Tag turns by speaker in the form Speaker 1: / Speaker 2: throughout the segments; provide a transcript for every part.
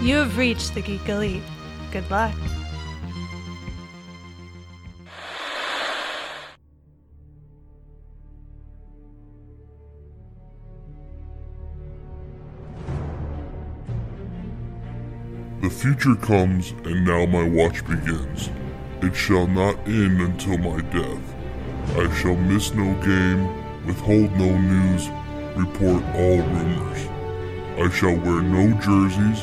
Speaker 1: You have reached the Geek Elite. Good luck.
Speaker 2: The future comes, and now my watch begins. It shall not end until my death. I shall miss no game, withhold no news, report all rumors. I shall wear no jerseys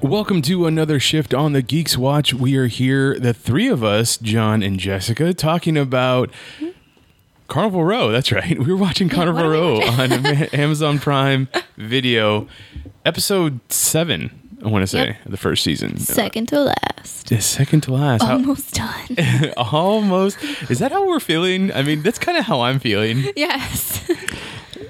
Speaker 3: Welcome to another shift on the Geeks Watch. We are here, the three of us, John and Jessica, talking about Carnival Row. That's right. We were watching Carnival Row on Ama- Amazon Prime Video, episode seven, I want to say, the first season. Uh,
Speaker 4: Second to last.
Speaker 3: The second to last. How-
Speaker 4: Almost done.
Speaker 3: almost. Is that how we're feeling? I mean, that's kind of how I'm feeling.
Speaker 4: yes.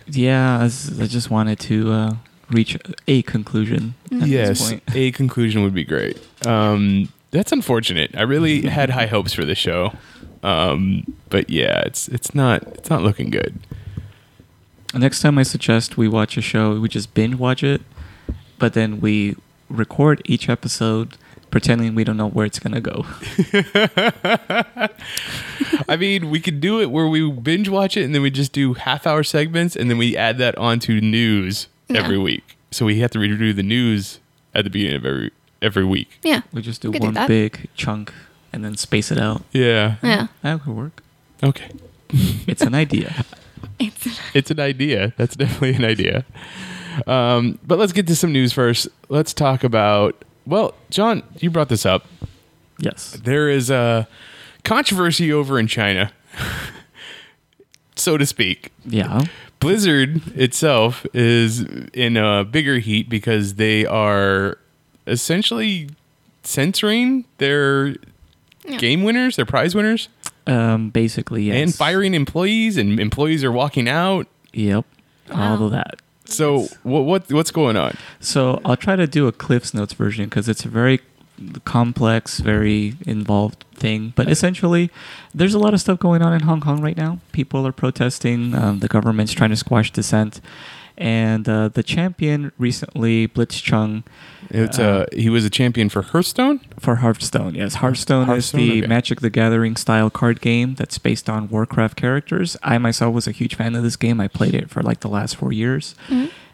Speaker 5: Yeah, I, s- I just wanted to uh, reach a conclusion. At This
Speaker 3: Yes,
Speaker 5: point.
Speaker 3: a conclusion would be great. Um, that's unfortunate. I really had high hopes for the show, um, but yeah, it's it's not it's not looking good.
Speaker 5: Next time, I suggest we watch a show. We just binge watch it, but then we record each episode, pretending we don't know where it's gonna go.
Speaker 3: I mean, we could do it where we binge watch it and then we just do half hour segments and then we add that onto news every week. So we have to redo the news at the beginning of every every week.
Speaker 4: Yeah.
Speaker 5: We just do
Speaker 4: We could do
Speaker 5: one
Speaker 4: that.
Speaker 5: big chunk and then space it out.
Speaker 3: Yeah.
Speaker 4: Yeah.
Speaker 5: That could work.
Speaker 3: Okay.
Speaker 5: It's an idea.
Speaker 4: It's
Speaker 3: it's an idea. That's definitely an idea. Um, but let's get to some news first. Let's talk about. Well, John, you brought this up.
Speaker 5: Yes.
Speaker 3: There is a controversy over in China, so to speak.
Speaker 5: Yeah.
Speaker 3: Blizzard itself is in a bigger heat because they are essentially censoring their game winners, their prize winners,
Speaker 5: Um. Basically, yes.
Speaker 3: and firing employees, and employees are walking out.
Speaker 5: Yep. All of that.
Speaker 3: So, what, what what's going on?
Speaker 5: So I'll try to do a Cliff's Notes version because it's a very complex, very involved thing. But essentially, there's a lot of stuff going on in Hong Kong right now. People are protesting. Um, the government's trying to squash dissent. And uh, the champion recently, Blitz Chung,
Speaker 3: It's uh, he was a champion for Hearthstone.
Speaker 5: for Hearthstone. Yes, Hearthstone,
Speaker 3: Hearthstone,
Speaker 5: is the
Speaker 3: okay.
Speaker 5: Magic the Gathering style card game that's based on Warcraft characters. I myself was a huge fan of this game. I played it for like the last four years.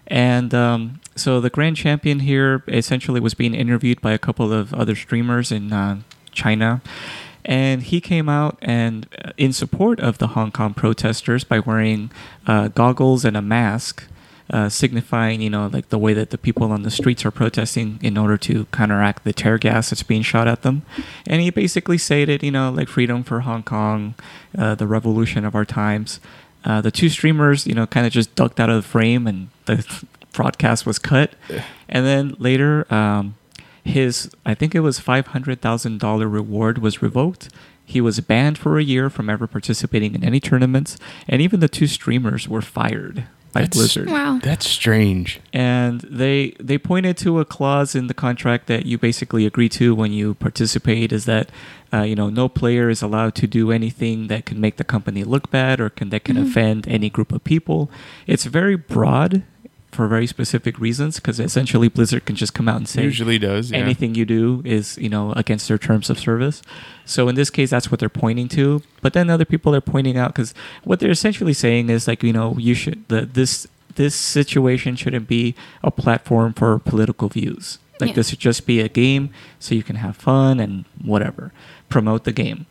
Speaker 5: And um, so the grand champion here essentially was being interviewed by a couple of other streamers in uh, China. And he came out and uh, in support of the Hong Kong protesters by wearing uh, goggles and a mask, uh, signifying, you know, like the way that the people on the streets are protesting in order to counteract the tear gas that's being shot at them. And he basically stated, you know, like freedom for Hong Kong, uh, the revolution of our times. Uh, the two streamers, you know, kind of just ducked out of the frame and the broadcast was cut. And then later, um, his I think it was five hundred thousand dollar reward was revoked. He was banned for a year from ever participating in any tournaments, and even the two streamers were fired by
Speaker 3: That's-
Speaker 5: Blizzard.
Speaker 4: wow.
Speaker 3: That's strange.
Speaker 5: And they they pointed to a clause in the contract that you basically agree to when you participate is that uh, you know no player is allowed to do anything that can make the company look bad or can that can offend any group of people. It's very broad for very specific reasons because essentially Blizzard can just come out and say
Speaker 3: Usually does. Yeah.
Speaker 5: anything you do is you know against their terms of service so in this case that's what they're pointing to but then other people are pointing out because what they're essentially saying is like you know you should the, this this situation shouldn't be a platform for political views like
Speaker 4: Yeah.
Speaker 5: this should just be a game so you can have fun and whatever promote the game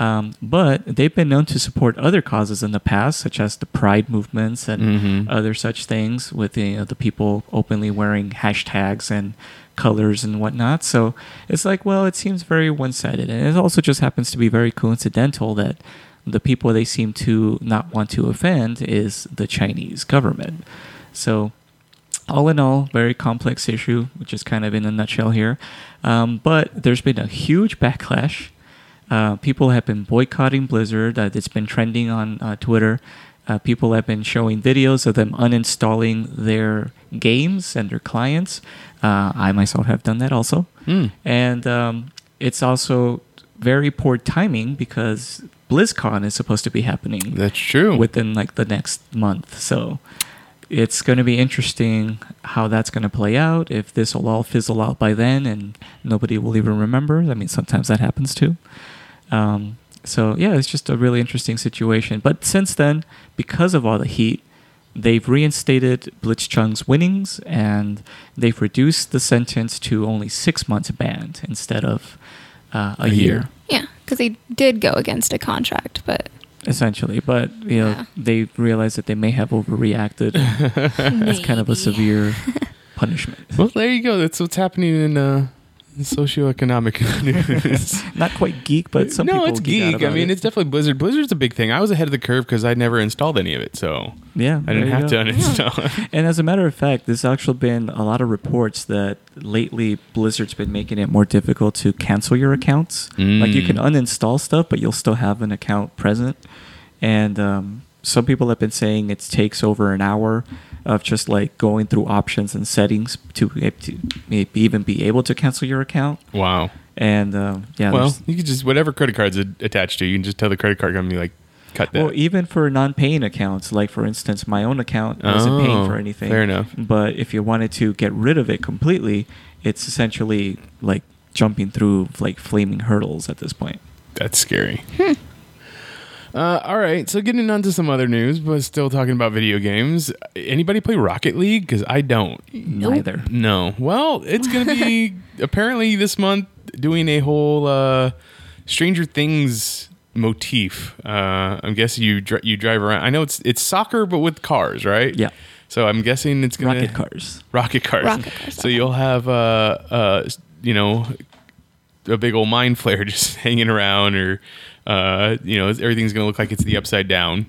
Speaker 5: um, but they've been known to support other causes in the past such as the pride movements and other such things with you know, the people openly wearing hashtags and colors and whatnot. So it's like, well, it seems very one sided. And it also just happens to be very coincidental that the people they seem to not want to offend is the Chinese government. So all in all, very complex issue, which is kind of in a nutshell here. Um, but there's been a huge backlash. Uh, people have been boycotting Blizzard. Uh, it's been trending on uh, Twitter. Uh, people have been showing videos of them uninstalling their games and their clients. Uh, I myself have done that also.
Speaker 3: Hmm.
Speaker 5: And um, it's also very poor timing because BlizzCon is supposed to be happening
Speaker 3: That's true.
Speaker 5: within like the next month. So it's going to be interesting how that's going to play out. If this will all fizzle out by then and nobody will even remember. I mean, sometimes that happens too. Um, so yeah, it's just a really interesting situation. But since then, because of all the heat, they've reinstated Blitzchung's winnings and they've reduced the sentence to only six months banned instead of uh, a,
Speaker 3: A year.
Speaker 5: year.
Speaker 4: Yeah, because he did go against a contract, but
Speaker 5: essentially. But you know,
Speaker 4: Yeah.
Speaker 5: they realized that they may have overreacted.
Speaker 4: it's
Speaker 5: It's kind of a severe punishment.
Speaker 3: well, there you go. That's what's happening in uh, socioeconomic news.
Speaker 5: Not quite geek, but some
Speaker 3: no,
Speaker 5: people
Speaker 3: it's
Speaker 5: geek. out
Speaker 3: geek. I
Speaker 5: about
Speaker 3: mean,
Speaker 5: it.
Speaker 3: it's definitely Blizzard. Blizzard's a big thing. I was ahead of the curve because I never installed any of it, so
Speaker 5: yeah.
Speaker 3: I didn't
Speaker 5: there you
Speaker 3: have
Speaker 5: go.
Speaker 3: to uninstall. it.
Speaker 5: And as a matter of fact, there's actually been a lot of reports that lately Blizzard's been making it more difficult to cancel your accounts. Like you
Speaker 3: Mm.
Speaker 5: can uninstall stuff, but you'll still have an account present. And um, some people have been saying it takes over an hour of just like going through options and settings to, to maybe even be able to cancel your account.
Speaker 3: wow.
Speaker 5: And um, yeah,
Speaker 3: well,
Speaker 5: there's-
Speaker 3: you can just whatever credit cards a- attached to, you can just tell the credit card company like cut that.
Speaker 5: Well, even for non-paying accounts, like for instance, my own account wasn't
Speaker 3: Oh,
Speaker 5: paying for anything.
Speaker 3: fair enough.
Speaker 5: But if you wanted to get rid of it completely, it's essentially like jumping through like flaming hurdles at this point.
Speaker 3: That's scary. Uh, all right, so getting on to some other news, but still talking about video games. Anybody play Rocket League? Because I don't.
Speaker 5: Neither.
Speaker 3: No. Well, it's going to be apparently this month doing a whole uh, Stranger Things motif. Uh, I'm guessing you dri- you drive around. I know it's it's soccer, but with cars, right?
Speaker 5: Yeah.
Speaker 3: So I'm guessing it's going to
Speaker 5: Rocket cars.
Speaker 3: rocket cars.
Speaker 4: Rocket cars,
Speaker 3: So
Speaker 4: okay.
Speaker 3: you'll have uh, uh, s- you know, a big old mind flare just hanging around, or uh, you know, everything's gonna look like it's the upside down,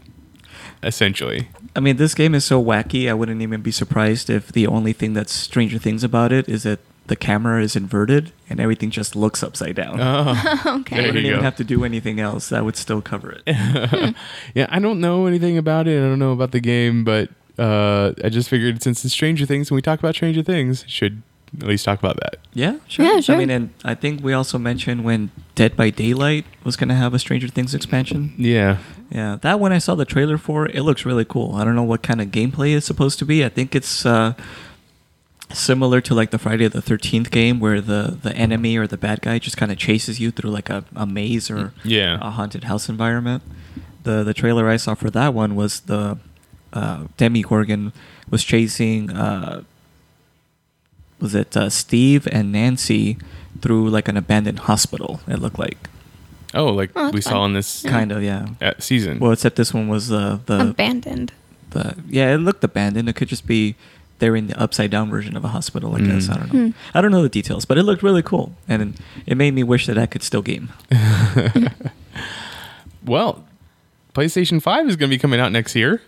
Speaker 3: essentially.
Speaker 5: I mean, this game is so wacky. I wouldn't even be surprised if the only thing that's Stranger Things about it is that the camera is inverted and everything just looks upside down. I
Speaker 3: Oh, there
Speaker 4: okay.
Speaker 5: wouldn't
Speaker 3: you
Speaker 5: even
Speaker 3: go.
Speaker 5: have to do anything else. That would still cover it.
Speaker 3: Yeah, I don't know anything about it. I don't know about the game, but uh, I just figured since it's Stranger Things, when we talk about Stranger Things, should at least talk about that.
Speaker 5: Yeah, sure.
Speaker 4: Yeah, sure.
Speaker 5: I mean, and I think we also mentioned when Dead by Daylight was going to have a Stranger Things expansion.
Speaker 3: Yeah,
Speaker 5: Yeah, that one I saw the trailer for. It looks really cool. I don't know what kind of gameplay it's supposed to be. I think it's uh, similar to like the Friday the Thirteenth game, where the the enemy or the bad guy just kind of chases you through like a, a maze or
Speaker 3: Yeah.
Speaker 5: a haunted house environment. The the trailer I saw for that one was the uh, Demi Gorgon was chasing. Uh, was it uh, Steve and Nancy through like an abandoned hospital? It looked like
Speaker 3: Oh, like
Speaker 4: Oh, that's
Speaker 3: we saw
Speaker 4: fun.
Speaker 3: in this
Speaker 5: kind of yeah.
Speaker 3: uh, season.
Speaker 5: Well, except this one was uh, the
Speaker 4: Abandoned.
Speaker 5: the yeah. It looked abandoned. It could just be they're in the upside down version of a hospital. I guess
Speaker 3: Mm.
Speaker 5: I don't know.
Speaker 4: Hmm.
Speaker 5: I don't know the details, but it looked really cool, and it made me wish that I could still game.
Speaker 3: well, PlayStation Five is going to be coming out next year.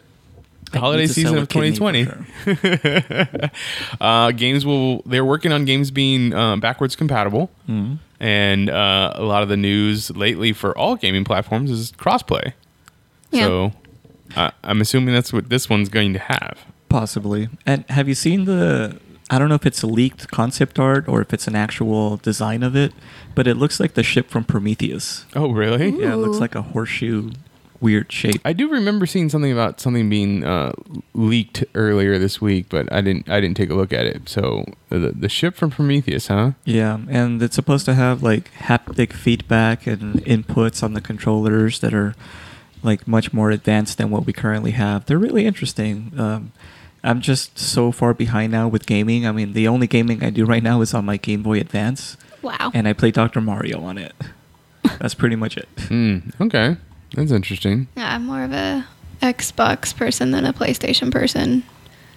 Speaker 3: The
Speaker 5: I
Speaker 3: holiday
Speaker 5: need to sell
Speaker 3: season
Speaker 5: a
Speaker 3: of
Speaker 5: kidney for
Speaker 3: 2020.
Speaker 5: sure.
Speaker 3: uh, games will they're working on games being uh, backwards compatible
Speaker 5: Mhm.
Speaker 3: and uh, a lot of the news lately for all gaming platforms is crossplay
Speaker 4: Yeah.
Speaker 3: so uh, i'm assuming that's what this one's going to have
Speaker 5: Possibly. And have you seen the? I don't know if it's a leaked concept art or if it's an actual design of it, but it looks like the ship from Prometheus.
Speaker 3: oh really
Speaker 5: Yeah, it looks
Speaker 4: Ooh.
Speaker 5: like a horseshoe, weird shape.
Speaker 3: i do remember seeing something about something being uh, leaked earlier this week but i didn't i didn't take a look at it so the, the ship from prometheus huh
Speaker 5: Yeah, and it's supposed to have like haptic feedback and inputs on the controllers that are like much more advanced than what we currently have. They're really interesting. Um, I'm just so far behind now with gaming. I mean, the only gaming I do right now is on my Game Boy Advance,
Speaker 4: Wow.
Speaker 5: and I play Dr. Mario on it. That's pretty much it.
Speaker 3: Hmm. okay that's interesting
Speaker 4: yeah, I'm more of a Xbox person than a PlayStation person,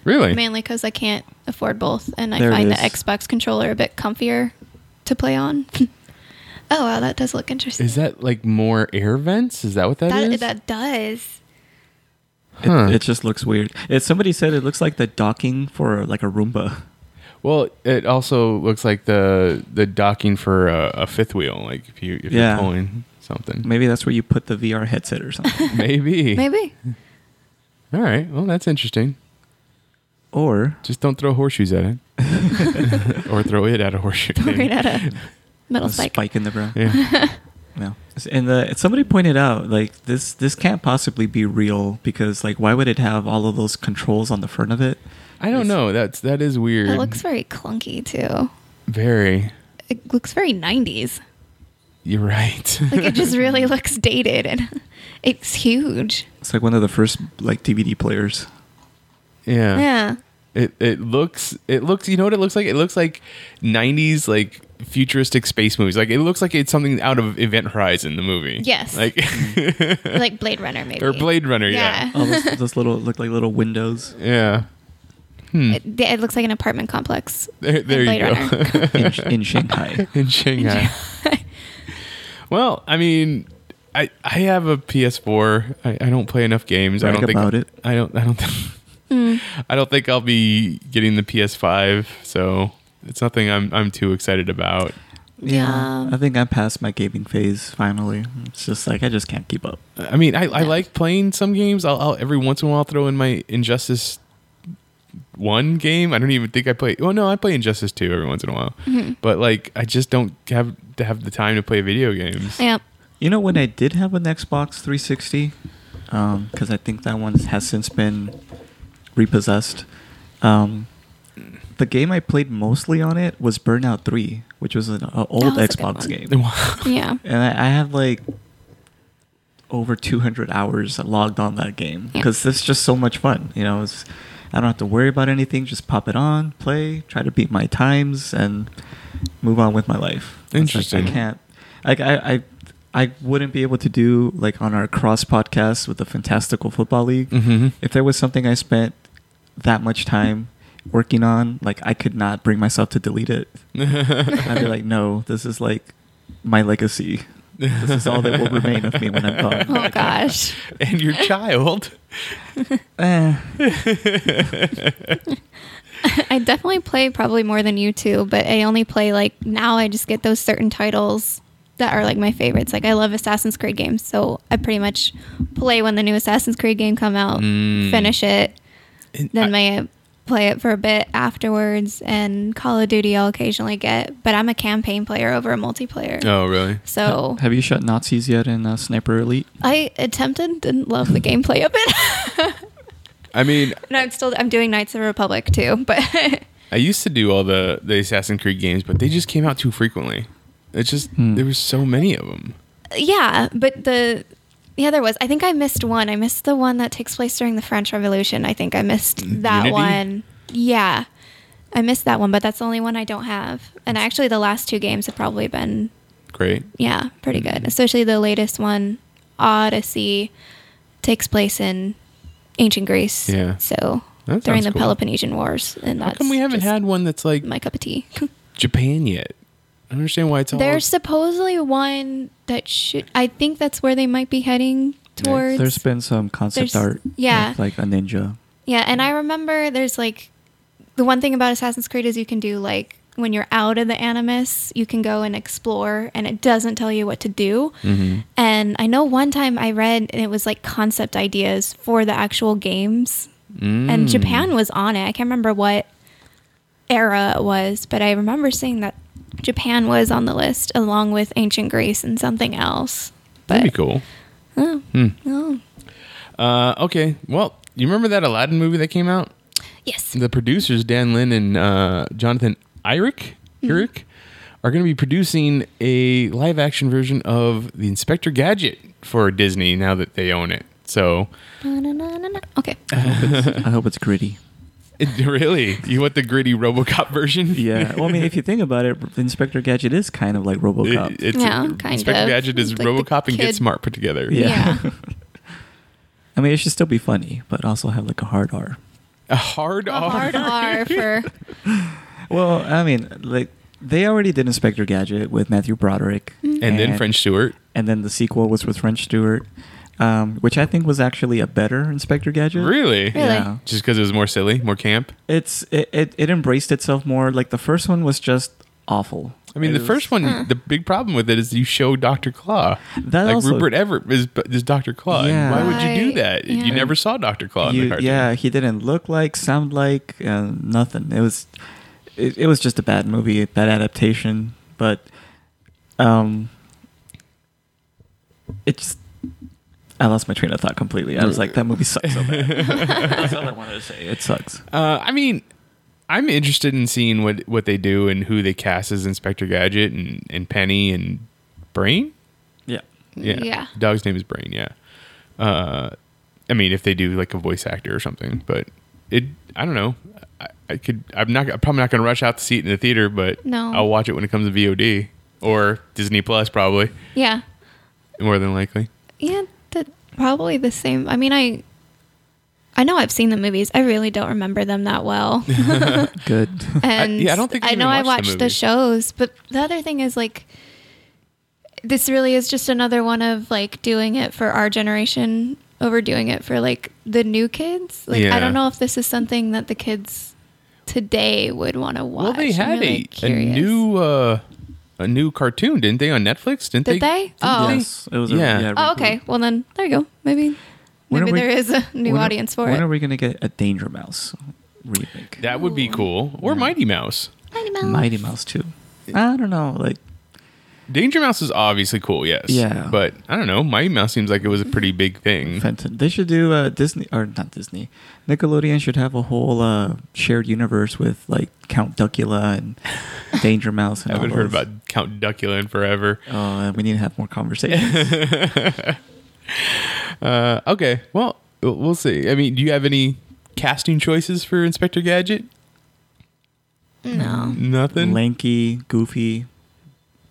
Speaker 3: really
Speaker 4: mainly because I can't afford both, and I
Speaker 5: There it
Speaker 4: find the
Speaker 5: is.
Speaker 4: Xbox controller a bit comfier to play on. oh wow, that does look interesting.
Speaker 3: is that like more air vents is that what that
Speaker 4: that
Speaker 3: is
Speaker 4: that does.
Speaker 5: It, it just looks weird. It, somebody said it looks like the docking for like a Roomba.
Speaker 3: Well, it also looks like the the docking for a, a fifth wheel, like if you if
Speaker 5: Yeah.
Speaker 3: you're pulling something.
Speaker 5: Maybe that's where you put the VR headset or something.
Speaker 3: Maybe.
Speaker 4: Maybe.
Speaker 3: All right. Well, that's interesting.
Speaker 5: or
Speaker 3: Just don't throw horseshoes at it, or throw it at a horseshoe.
Speaker 4: Right at a metal
Speaker 5: a spike.
Speaker 4: spike.
Speaker 5: in the brow.
Speaker 3: Yeah.
Speaker 5: No. And the, somebody pointed out like this this can't possibly be real because like why would it have all of those controls on the front of it?
Speaker 3: I don't know. That's that is weird.
Speaker 4: It looks very clunky too.
Speaker 3: very.
Speaker 4: It looks very 90s.
Speaker 3: You're right.
Speaker 4: Like it just really looks dated and it's huge.
Speaker 5: It's like one of the first like DVD players.
Speaker 3: yeah.
Speaker 4: Yeah.
Speaker 3: It it looks it looks you know what it looks like? It looks like nineties like futuristic space movies. Like it looks like it's something out of Event Horizon, the movie.
Speaker 4: Yes.
Speaker 3: Like
Speaker 4: Like Blade Runner maybe.
Speaker 3: or Blade Runner, yeah.
Speaker 4: Yeah.
Speaker 5: All those, those little look like little windows.
Speaker 3: Yeah. Hmm.
Speaker 4: It, it looks like an apartment complex.
Speaker 3: There, there you
Speaker 4: Blade
Speaker 3: go.
Speaker 4: Runner.
Speaker 5: in, in Shanghai.
Speaker 3: In Shanghai. well, I mean I I have a PS4. I, I don't play enough games. I
Speaker 5: Brag
Speaker 3: don't think
Speaker 5: about it.
Speaker 3: I don't I don't think
Speaker 4: Hmm.
Speaker 3: I don't think I'll be getting the PS5, so it's nothing I'm I'm too excited about.
Speaker 4: Yeah.
Speaker 5: I think I'm past my gaming phase finally. It's just like I just can't keep up.
Speaker 3: I mean, I, I like playing some games. I'll, I'll every once in a while throw in my Injustice One game. I don't even think I play. Well, no, I play Injustice Two every once in a while.
Speaker 4: Mm-hmm.
Speaker 3: But like, I just don't have to have the time to play video games.
Speaker 4: Yep.
Speaker 5: You know when I did have an Xbox 360, because I think that one has since been repossessed. Um, the game I played mostly on it was Burnout 3, which was an a old
Speaker 4: Oh, that's a good
Speaker 5: Xbox
Speaker 4: one.
Speaker 5: game,
Speaker 4: Yeah.
Speaker 5: and I, I have like over 200 hours logged on that game
Speaker 4: Yeah.
Speaker 5: because it's just so much fun. You know, it's, I don't have to worry about anything; just pop it on, play, try to beat my times, and move on with my life. It's like,
Speaker 3: Interesting.
Speaker 5: I can't. Like I, I, I wouldn't be able to do like on our cross podcast with the Fantastical Football League.
Speaker 3: Mhm.
Speaker 5: If there was something I spent that much time working on, like I could not bring myself to delete it. I'd be like, no, this is like my legacy. This is all that will remain of me when I'm gone.
Speaker 4: Oh gosh.
Speaker 3: and your child.
Speaker 5: Eh,
Speaker 4: I definitely play probably more than you two, but I only play like now I just get those certain titles that are like my favorites. Like I love Assassin's Creed games, so I pretty much play when the new Assassin's Creed game come out,
Speaker 3: Mm.
Speaker 4: finish it,
Speaker 3: And
Speaker 4: then
Speaker 3: I-
Speaker 4: may play it for a bit afterwards and Call of Duty I'll occasionally get, but I'm a campaign player over a multiplayer.
Speaker 3: oh, really?
Speaker 4: So
Speaker 5: have you shot Nazis yet in uh, Sniper Elite?
Speaker 4: I attempted, didn't love the gameplay of it.
Speaker 3: I mean,
Speaker 4: and I'm still I'm doing Knights of the Republic too, but
Speaker 3: I used to do all the the Assassin's Creed games, but they just came out too frequently. It's just there were so many of them.
Speaker 4: yeah, but the yeah, there was. I think I missed one. I missed the one that takes place during the French Revolution. I think I missed that
Speaker 3: Mm, Unity?
Speaker 4: one. Yeah. I missed that one, but that's the only one I don't have. And actually the last two games have probably been
Speaker 3: Great.
Speaker 4: yeah, pretty
Speaker 3: Mm-hmm.
Speaker 4: good. Especially the latest one, Odyssey, takes place in ancient Greece.
Speaker 3: Yeah.
Speaker 4: So
Speaker 3: That
Speaker 4: during
Speaker 3: sounds
Speaker 4: the
Speaker 3: cool.
Speaker 4: Peloponnesian Wars and
Speaker 3: How
Speaker 4: that's
Speaker 3: come we haven't
Speaker 4: just
Speaker 3: had one that's like
Speaker 4: my cup of tea.
Speaker 3: Japan yet? I don't understand why it's all
Speaker 4: There's supposedly one that should. I think that's where they might be heading towards.
Speaker 5: There's been some concept
Speaker 4: There's-
Speaker 5: art,
Speaker 4: yeah.
Speaker 5: of, like a ninja.
Speaker 4: yeah, and I remember there's like the one thing about Assassin's Creed is you can do like when you're out of the Animus, you can go and explore, and it doesn't tell you what to do. And I know one time I read, and it was like concept ideas for the actual games, and Japan was on it. I can't remember what era it was, but I remember seeing that Japan was on the list along with ancient Greece and something else. But
Speaker 3: That'd be cool. Hmm.
Speaker 4: Oh,
Speaker 3: Uh, okay. Well, you remember that Aladdin movie that came out?
Speaker 4: yes.
Speaker 3: The producers, Dan Lin and uh, Jonathan Eyrick,
Speaker 4: Mm-hmm.
Speaker 3: Eyrick are going to be producing a live action version of The Inspector Gadget for Disney now that they own it. So,
Speaker 4: Na-na-na-na-na. Okay.
Speaker 5: I hope it's gritty.
Speaker 3: it, really, you want the gritty Robocop version?
Speaker 5: Yeah. Well, I mean, if you think about it, Inspector Gadget is kind of like RoboCop.
Speaker 3: It- it's
Speaker 4: Yeah, kind
Speaker 3: Inspector
Speaker 4: of.
Speaker 3: Gadget is
Speaker 4: It's like the
Speaker 3: Robocop and Get
Speaker 4: kid-
Speaker 3: Smart put together.
Speaker 5: Yeah.
Speaker 4: Yeah.
Speaker 5: I mean, it should still be funny, but also have like a hard R.
Speaker 3: A hard
Speaker 4: A
Speaker 3: R.
Speaker 4: hard R for
Speaker 5: Well, I mean, like they already did Inspector Gadget with Matthew Broderick,
Speaker 3: Mm-hmm. And then French Stewart.
Speaker 5: and then the sequel was with French Stewart. um, which I think was actually a better Inspector Gadget.
Speaker 3: Really?
Speaker 4: Really?
Speaker 5: Yeah.
Speaker 3: Just because it was more silly, more camp.
Speaker 5: It's it, it, it embraced itself more. Like the first one was just awful.
Speaker 3: I mean,
Speaker 5: It
Speaker 3: the
Speaker 5: was-
Speaker 3: first one, the big problem with it is you show Doctor Claw.
Speaker 5: That
Speaker 3: like
Speaker 5: also-
Speaker 3: Rupert Everett is, is Doctor Claw. and
Speaker 5: Yeah.
Speaker 3: why would you do
Speaker 4: Right.
Speaker 3: that?
Speaker 4: Yeah.
Speaker 3: You never saw Doctor Claw in
Speaker 5: you-
Speaker 3: the cartoon.
Speaker 5: yeah, he didn't look like, sound like, uh, nothing. It was it, it was just a bad movie, a bad adaptation. But um, it just I lost my train of thought completely. I was like, that movie sucks so bad. That's all I wanted to say. It sucks.
Speaker 3: Uh, I mean, I'm interested in seeing what, what they do and who they cast as Inspector Gadget and, and Penny and Brain.
Speaker 5: Yeah.
Speaker 3: Yeah.
Speaker 4: Yeah.
Speaker 3: Dog's name is Brain. Yeah. Uh, I mean, if they do like a voice actor or something, but it, I don't know. I, I could, I'm not, I'm probably not going to rush out to see it in the theater, but
Speaker 4: No.
Speaker 3: I'll watch it when it comes to VOD or Disney Plus, probably
Speaker 4: Yeah.
Speaker 3: more than likely.
Speaker 4: Yeah, that probably the same. I mean, I I know I've seen the movies. I really don't remember them that well.
Speaker 5: Good.
Speaker 4: and
Speaker 3: yeah, I don't think I
Speaker 4: I
Speaker 3: even
Speaker 4: know I
Speaker 3: watched the
Speaker 4: watched the,
Speaker 3: movies.
Speaker 4: shows, but the other thing is like this really is just another one of like doing it for our generation over doing it for like the new kids. Like
Speaker 3: Yeah.
Speaker 4: I don't know if this is something that the kids today would want to watch.
Speaker 3: Well, they
Speaker 4: I'm
Speaker 3: had
Speaker 4: really
Speaker 3: a, a
Speaker 4: curious.
Speaker 3: new, uh, a new cartoon, didn't they on Netflix? Didn't
Speaker 4: Did they? Oh.
Speaker 5: Yes, it was a-
Speaker 3: Yeah.
Speaker 5: yeah,
Speaker 4: Oh, okay. Well, then there you go. Maybe
Speaker 5: When
Speaker 4: maybe
Speaker 5: are we-
Speaker 4: there is a new
Speaker 5: When are-
Speaker 4: audience for
Speaker 5: When are
Speaker 4: it.
Speaker 5: we gonna get a Danger Mouse remake?
Speaker 3: That would be cool. Or Mighty Mouse.
Speaker 4: Mighty Mouse.
Speaker 5: Mighty Mouse too. I don't know. Like
Speaker 3: Danger Mouse is obviously cool, yes.
Speaker 5: Yeah.
Speaker 3: But I don't know. Mighty Mouse seems like it was a pretty big thing.
Speaker 5: Fenton, they should do a Disney or not Disney. Nickelodeon should have a whole uh, shared universe with like Count Duckula and Danger Mouse.
Speaker 3: I
Speaker 5: And all
Speaker 3: haven't heard
Speaker 5: those.
Speaker 3: about Count Duckula in forever.
Speaker 5: Oh, and we need to have more conversations.
Speaker 3: Uh, okay. Well, we'll we'll see. I mean, do you have any casting choices for Inspector Gadget? No. Nothing?
Speaker 5: Lanky, goofy,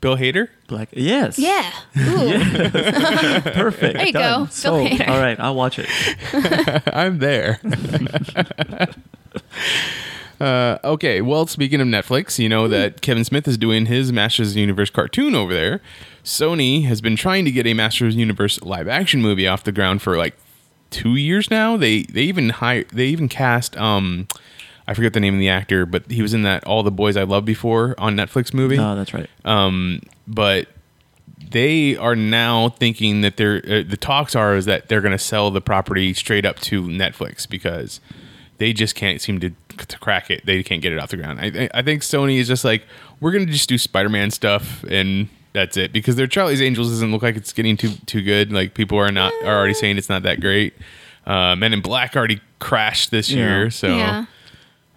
Speaker 3: Bill Hader?
Speaker 5: black. Yes.
Speaker 4: Yeah. Ooh.
Speaker 5: Perfect.
Speaker 4: There you go.
Speaker 5: Done.
Speaker 4: Bill
Speaker 5: Sold.
Speaker 4: Hader.
Speaker 5: All right, I'll watch it.
Speaker 3: I'm there. uh, okay. Well, speaking of Netflix, you know that Kevin Smith is doing his Masters of the Universe cartoon over there. Sony has been trying to get a Masters of the Universe live action movie off the ground for like two years now. They they even hire they even cast um I forget the name of the actor, but he was in that All the Boys I Loved Before on Netflix movie
Speaker 5: Oh, that's right.
Speaker 3: um, but they are now thinking that they're uh, the talks are is that they're going to sell the property straight up to Netflix because they just can't seem to, to crack it. They can't get it off the ground. I, thi- I think Sony is just like we're going to just do Spider-Man stuff and that's it because their Charlie's Angels doesn't look like it's getting too too good. Like people are not are already saying it's not that great. Uh, Men in Black already crashed this
Speaker 5: Yeah.
Speaker 3: year, so
Speaker 4: Yeah.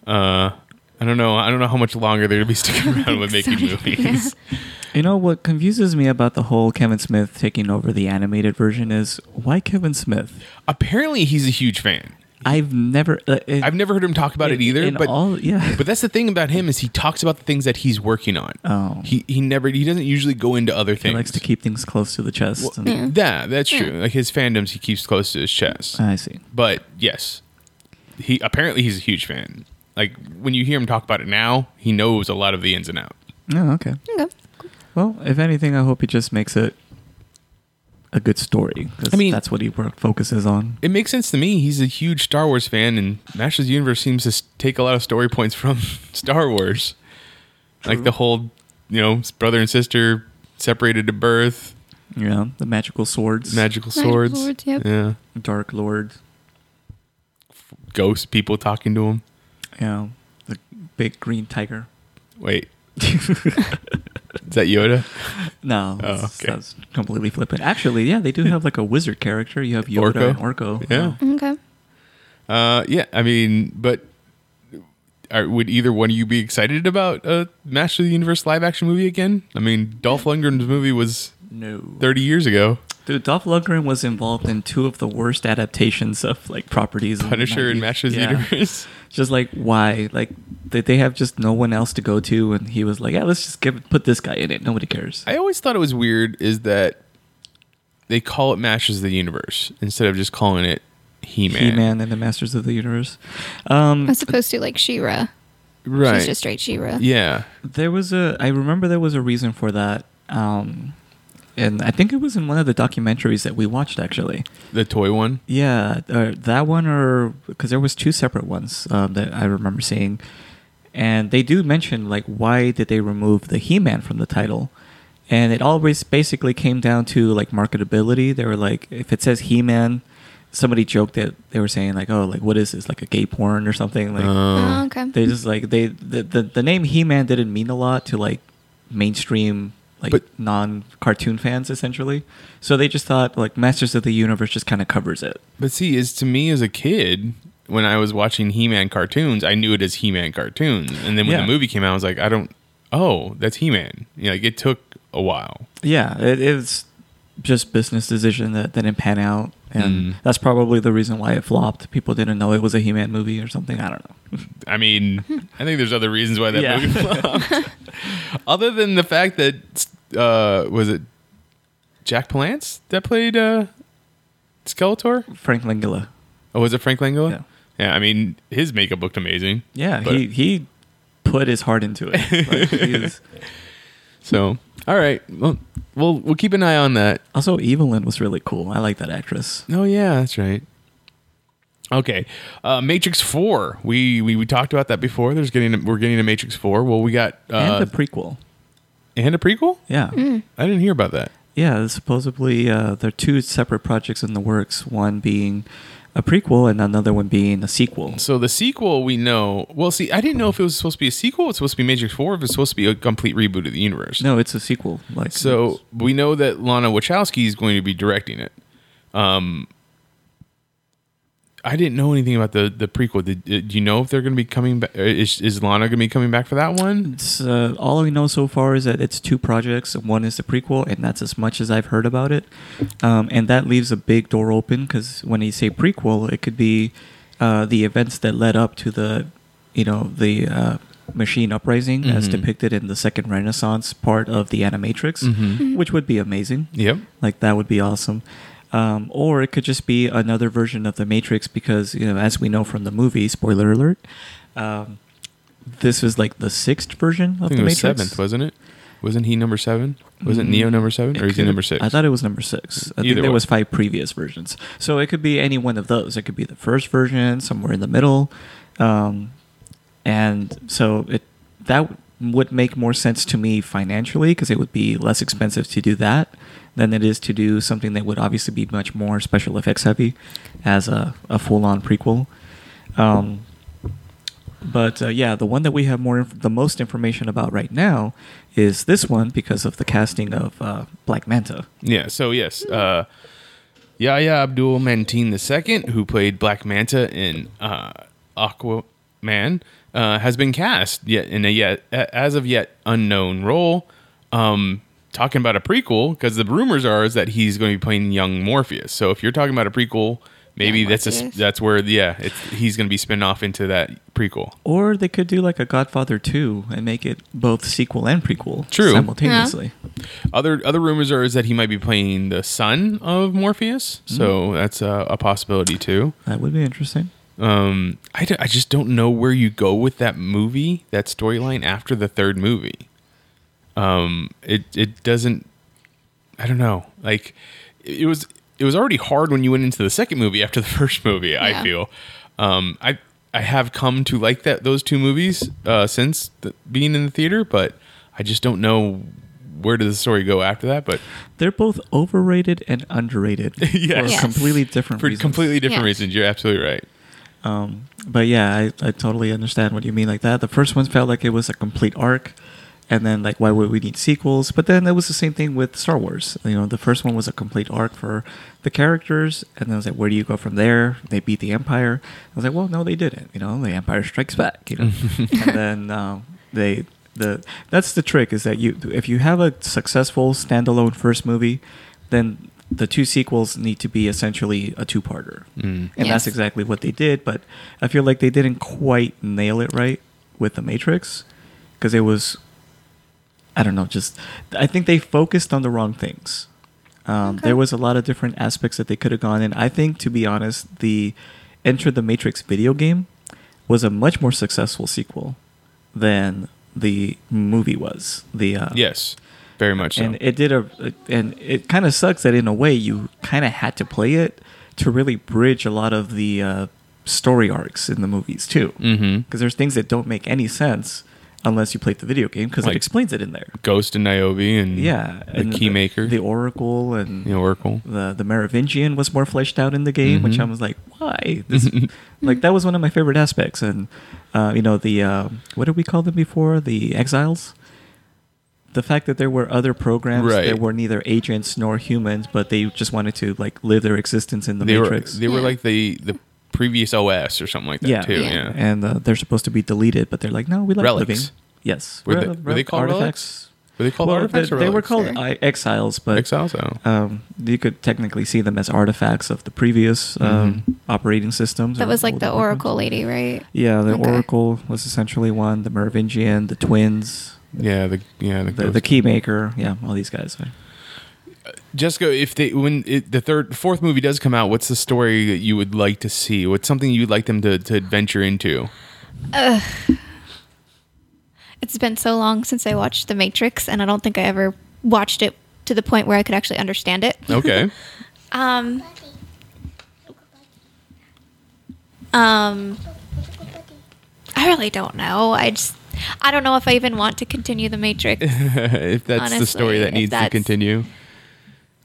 Speaker 3: uh, I don't know. I don't know how much longer they're going to be sticking around with making
Speaker 4: Sony-
Speaker 3: movies.
Speaker 4: yeah.
Speaker 5: You know what confuses me about the whole Kevin Smith taking over the animated version is why Kevin Smith?
Speaker 3: apparently he's a huge fan.
Speaker 5: I've never. Uh, it-
Speaker 3: I've never heard him talk about it
Speaker 5: in-
Speaker 3: either,
Speaker 5: in
Speaker 3: but
Speaker 5: all, yeah.
Speaker 3: but that's the thing about him is he talks about the things that he's working on.
Speaker 5: Oh.
Speaker 3: He he never he doesn't usually go into other
Speaker 5: he
Speaker 3: things.
Speaker 5: likes to keep things close to the chest. and,
Speaker 3: Yeah, that's true. Like his fandoms he keeps close to his chest.
Speaker 5: I see.
Speaker 3: but yes. He apparently he's a huge fan. Like when you hear him talk about it now, he knows a lot of the ins and outs.
Speaker 5: Oh, okay.
Speaker 4: Okay.
Speaker 5: Well, if anything, I hope he just makes it a good story. 'cause
Speaker 3: I mean-
Speaker 5: that's what he wor- focuses on.
Speaker 3: It makes sense to me. He's a huge Star Wars fan and Masters of the Universe seems to s- take a lot of story points from Star Wars. Like the whole, you know, brother and sister separated at birth.
Speaker 5: You know, the magical swords,
Speaker 3: magical
Speaker 4: Magical
Speaker 3: swords.
Speaker 4: swords, yep.
Speaker 3: Yeah.
Speaker 5: Dark Lord,
Speaker 3: Ghost people talking to him.
Speaker 5: you know, the big green tiger.
Speaker 3: Wait. Is that Yoda?
Speaker 5: No,
Speaker 3: Oh,
Speaker 5: that's-
Speaker 3: okay.
Speaker 5: that's completely flippant. Actually, yeah, they do have like a wizard character. You have Yoda
Speaker 3: Orko?
Speaker 5: and Orko.
Speaker 3: Yeah.
Speaker 4: Okay.
Speaker 3: Uh, yeah. I mean, but are, would either one of you be excited about a Master of the Universe live action movie again? I mean, Dolph Lundgren's movie was
Speaker 5: No,
Speaker 3: 30 years ago.
Speaker 5: dude, Dolph Lundgren was involved in two of the worst adaptations of like properties. in the
Speaker 3: Punisher and
Speaker 5: 90s.
Speaker 3: Masters of
Speaker 5: Yeah.
Speaker 3: the Universe.
Speaker 5: just like why like did they have just no one else to go to and he was like yeah let's just give put this guy in it nobody cares
Speaker 3: I always thought it was weird is that they call it Masters of the Universe instead of just calling it He-Man.
Speaker 5: he-man and the masters of the universe um
Speaker 4: As opposed to like Shira.
Speaker 3: Right.
Speaker 4: She's just straight Shira.
Speaker 3: yeah.
Speaker 5: there was a i remember there was a reason for that um and I think it was in one of the documentaries that we watched actually.
Speaker 3: The toy one.
Speaker 5: Yeah, uh, that one or because there was two separate ones um, that I remember seeing, and they do mention like why did they remove the He-Man from the title, and it always basically came down to like marketability. They were like, if it says He-Man, somebody joked that they were saying like, oh, like what is this like a gay porn or something like.
Speaker 3: Um,
Speaker 4: Oh, okay.
Speaker 5: They just like they the, the the name He-Man didn't mean a lot to like mainstream like
Speaker 3: But-
Speaker 5: non cartoon fans essentially. So they just thought like Masters of the Universe just kind of covers it.
Speaker 3: But see, is to me as a kid when I was watching He-Man cartoons, I knew it as He-Man cartoons, and then when
Speaker 5: Yeah.
Speaker 3: the movie came out, I was like, I don't. Oh, that's He-Man. You know, like it took a while.
Speaker 5: Yeah, it, it was just business decision that, that didn't pan out, and that's probably the reason why it flopped. People didn't know it was a He-Man movie or something. I don't know.
Speaker 3: I mean, I think there's other reasons why that
Speaker 5: Yeah.
Speaker 3: movie flopped, other than the fact that uh, was it Jack Palance that played uh, Skeletor,
Speaker 5: Frank Langella.
Speaker 3: or was it Frank Langella?
Speaker 5: Yeah.
Speaker 3: yeah, I mean, his makeup looked amazing.
Speaker 5: Yeah,
Speaker 3: But-
Speaker 5: he he put his heart into it. Like, he's-
Speaker 3: So, all right, well, we'll we'll keep an eye on that.
Speaker 5: also, Evelyn was really cool. I like that actress.
Speaker 3: Oh yeah, that's right. Okay, uh, Matrix Four. We, we we talked about that before. There's getting a, we're getting a Matrix Four. Well, we got uh,
Speaker 5: and the prequel.
Speaker 3: and a prequel.
Speaker 5: Yeah.
Speaker 3: I didn't hear about that.
Speaker 5: Yeah, supposedly uh, there are two separate projects in the works, one being a prequel and another one being a sequel.
Speaker 3: So the sequel we know. Well, see, I didn't know if it was supposed to be a sequel. It's supposed to be Matrix Four. If it's supposed to be a complete reboot of the universe.
Speaker 5: No, it's a sequel. Like
Speaker 3: So we know that Lana Wachowski is going to be directing it. Um, I didn't know anything about the the prequel. Did, uh, do you know if they're going to be coming back? Is, is Lana going to be coming back for that one?
Speaker 5: it's, uh, all I know so far is that it's two projects. and One is the prequel, and that's as much as I've heard about it. Um, and that leaves a big door open because when you say prequel, it could be uh, the events that led up to the, you know, the uh, machine uprising as depicted in the second Renaissance part of the Animatrix, which would be amazing.
Speaker 3: Yep.
Speaker 5: Like that would be awesome. Um, or it could just be another version of the Matrix because you know, as we know from the movie, spoiler alert, um, this was like the sixth version
Speaker 3: I
Speaker 5: of
Speaker 3: think
Speaker 5: the
Speaker 3: it was
Speaker 5: Matrix.
Speaker 3: seventh, wasn't it? Wasn't he number seven? Wasn't Neo number seven,
Speaker 5: It
Speaker 3: or is he
Speaker 5: could-
Speaker 3: number six?
Speaker 5: I thought it was number six. I
Speaker 3: Either
Speaker 5: think there
Speaker 3: way.
Speaker 5: was five previous versions, so it could be any one of those. It could be the first version, somewhere in the middle, um, and so it that would make more sense to me financially because it would be less expensive to do that than it is to do something that would obviously be much more special effects heavy as a, a full-on prequel. Um, but uh, yeah, the one that we have more, inf- the most information about right now is this one because of the casting of uh, Black Manta.
Speaker 3: yeah. So yes, uh, Yahya Abdul Mateen II, who played Black Manta in uh, Aquaman, uh, has been cast yet in a yet a- as of yet unknown role. Um, talking about a prequel because the rumors are is that he's going to be playing young Morpheus. So if you're talking about a prequel, maybe
Speaker 4: Young
Speaker 3: that's a, s-
Speaker 4: Morpheus.
Speaker 3: that's where yeah, it's, he's going to be spin off into that prequel.
Speaker 5: Or they could do like a Godfather 2 and make it both sequel and prequel
Speaker 3: True.
Speaker 5: simultaneously.
Speaker 3: Other other rumors are is that he might be playing the son of Morpheus, so that's a, a possibility too.
Speaker 5: That would be interesting.
Speaker 3: Um, I, d- I just don't know where you go with that movie, that storyline after the third movie. Um, it it doesn't. I don't know. Like it it was it was already hard when you went into the second movie after the first movie. I
Speaker 4: Yeah.
Speaker 3: feel. Um, I I have come to like that those two movies uh, since the, being in the theater, but I just don't know where did the story go after that. But
Speaker 5: They're both overrated and underrated
Speaker 3: Yes.
Speaker 5: for
Speaker 4: Yes.
Speaker 5: completely different
Speaker 3: for
Speaker 5: reasons.
Speaker 3: completely different
Speaker 4: Yeah.
Speaker 3: reasons. You're absolutely right.
Speaker 5: Um, but yeah, I, I totally understand what you mean like that. The first one felt like it was a complete arc. And then, like, why would we need sequels? But then it was the same thing with Star Wars. You know, the first one was a complete arc for the characters. And then I was like, where do you go from there? They beat the Empire. I was like, well, no, they didn't. You know, the Empire Strikes Back. You know, and then um, they the that's the trick is that you if you have a successful standalone first movie, then the two sequels need to be essentially a two-parter.
Speaker 3: Um,
Speaker 5: Mm. And that's
Speaker 4: Yes.
Speaker 5: exactly what they did, but I feel like they didn't quite nail it right with The Matrix because it was, I don't know, just I think they focused on the wrong things. Um, There was a lot of different aspects that they could have gone in. I think, to be honest, the Enter the Matrix video game was a much more successful sequel than the movie was. The uh,
Speaker 3: Yes. very much so.
Speaker 5: and it did a and it kind of sucks that in a way you kind of had to play it to really bridge a lot of the uh, story arcs in the movies too because
Speaker 3: Mhm.
Speaker 5: there's things that don't make any sense unless you played the video game because
Speaker 3: Like-
Speaker 5: it explains it in there
Speaker 3: Ghost and Niobe and
Speaker 5: yeah
Speaker 3: the Keymaker,
Speaker 5: the
Speaker 3: the,
Speaker 5: oracle and
Speaker 3: Oracle.
Speaker 5: the the Merovingian was more fleshed out in the game,
Speaker 3: Mm-hmm.
Speaker 5: which I was like, why? This, like that was one of my favorite aspects, and uh, you know the uh, what did we call them before the exiles? The fact that there were other programs
Speaker 3: Right.
Speaker 5: that were neither agents nor humans, but they just wanted to like live their existence in the
Speaker 3: they
Speaker 5: Matrix.
Speaker 3: were they were
Speaker 4: Yeah.
Speaker 3: like the the previous OS or something like that
Speaker 5: yeah,
Speaker 3: too.
Speaker 4: Yeah.
Speaker 3: Yeah.
Speaker 5: and uh, they're supposed to be deleted, but they're like, no, we like
Speaker 3: Relics.
Speaker 5: living. Yes,
Speaker 3: Were they-
Speaker 5: Rel-
Speaker 3: were they
Speaker 5: rel-
Speaker 3: called relics? Were they called
Speaker 5: Well,
Speaker 3: artifacts
Speaker 5: they,
Speaker 3: or
Speaker 5: they were
Speaker 3: relics?
Speaker 5: called
Speaker 4: Sure.
Speaker 5: I- exiles, but
Speaker 3: exiles. Oh.
Speaker 5: um, you could technically see them as artifacts of the previous um, operating systems.
Speaker 4: That
Speaker 5: or
Speaker 4: was like the
Speaker 5: older ones.
Speaker 4: Oracle lady, right?
Speaker 5: Yeah, the
Speaker 4: Okay.
Speaker 5: Oracle was essentially one. The Merovingian, the twins,
Speaker 3: yeah, the yeah the,
Speaker 5: the,
Speaker 3: ghost.
Speaker 5: the Keymaker. Yeah, all these guys.
Speaker 3: Jessica, if they when it, the third fourth movie does come out, what's the story that you would like to see? What's something you'd like them to, to adventure into?
Speaker 4: It's been so long since I watched The Matrix, and I don't think I ever watched it to the point where I could actually understand it.
Speaker 3: Okay,
Speaker 4: Um, um, I really don't know. I just, I don't know if I even want to continue The Matrix.
Speaker 3: if that's the story
Speaker 4: Honestly,
Speaker 3: that
Speaker 4: if
Speaker 3: needs to
Speaker 4: that's-
Speaker 3: continue,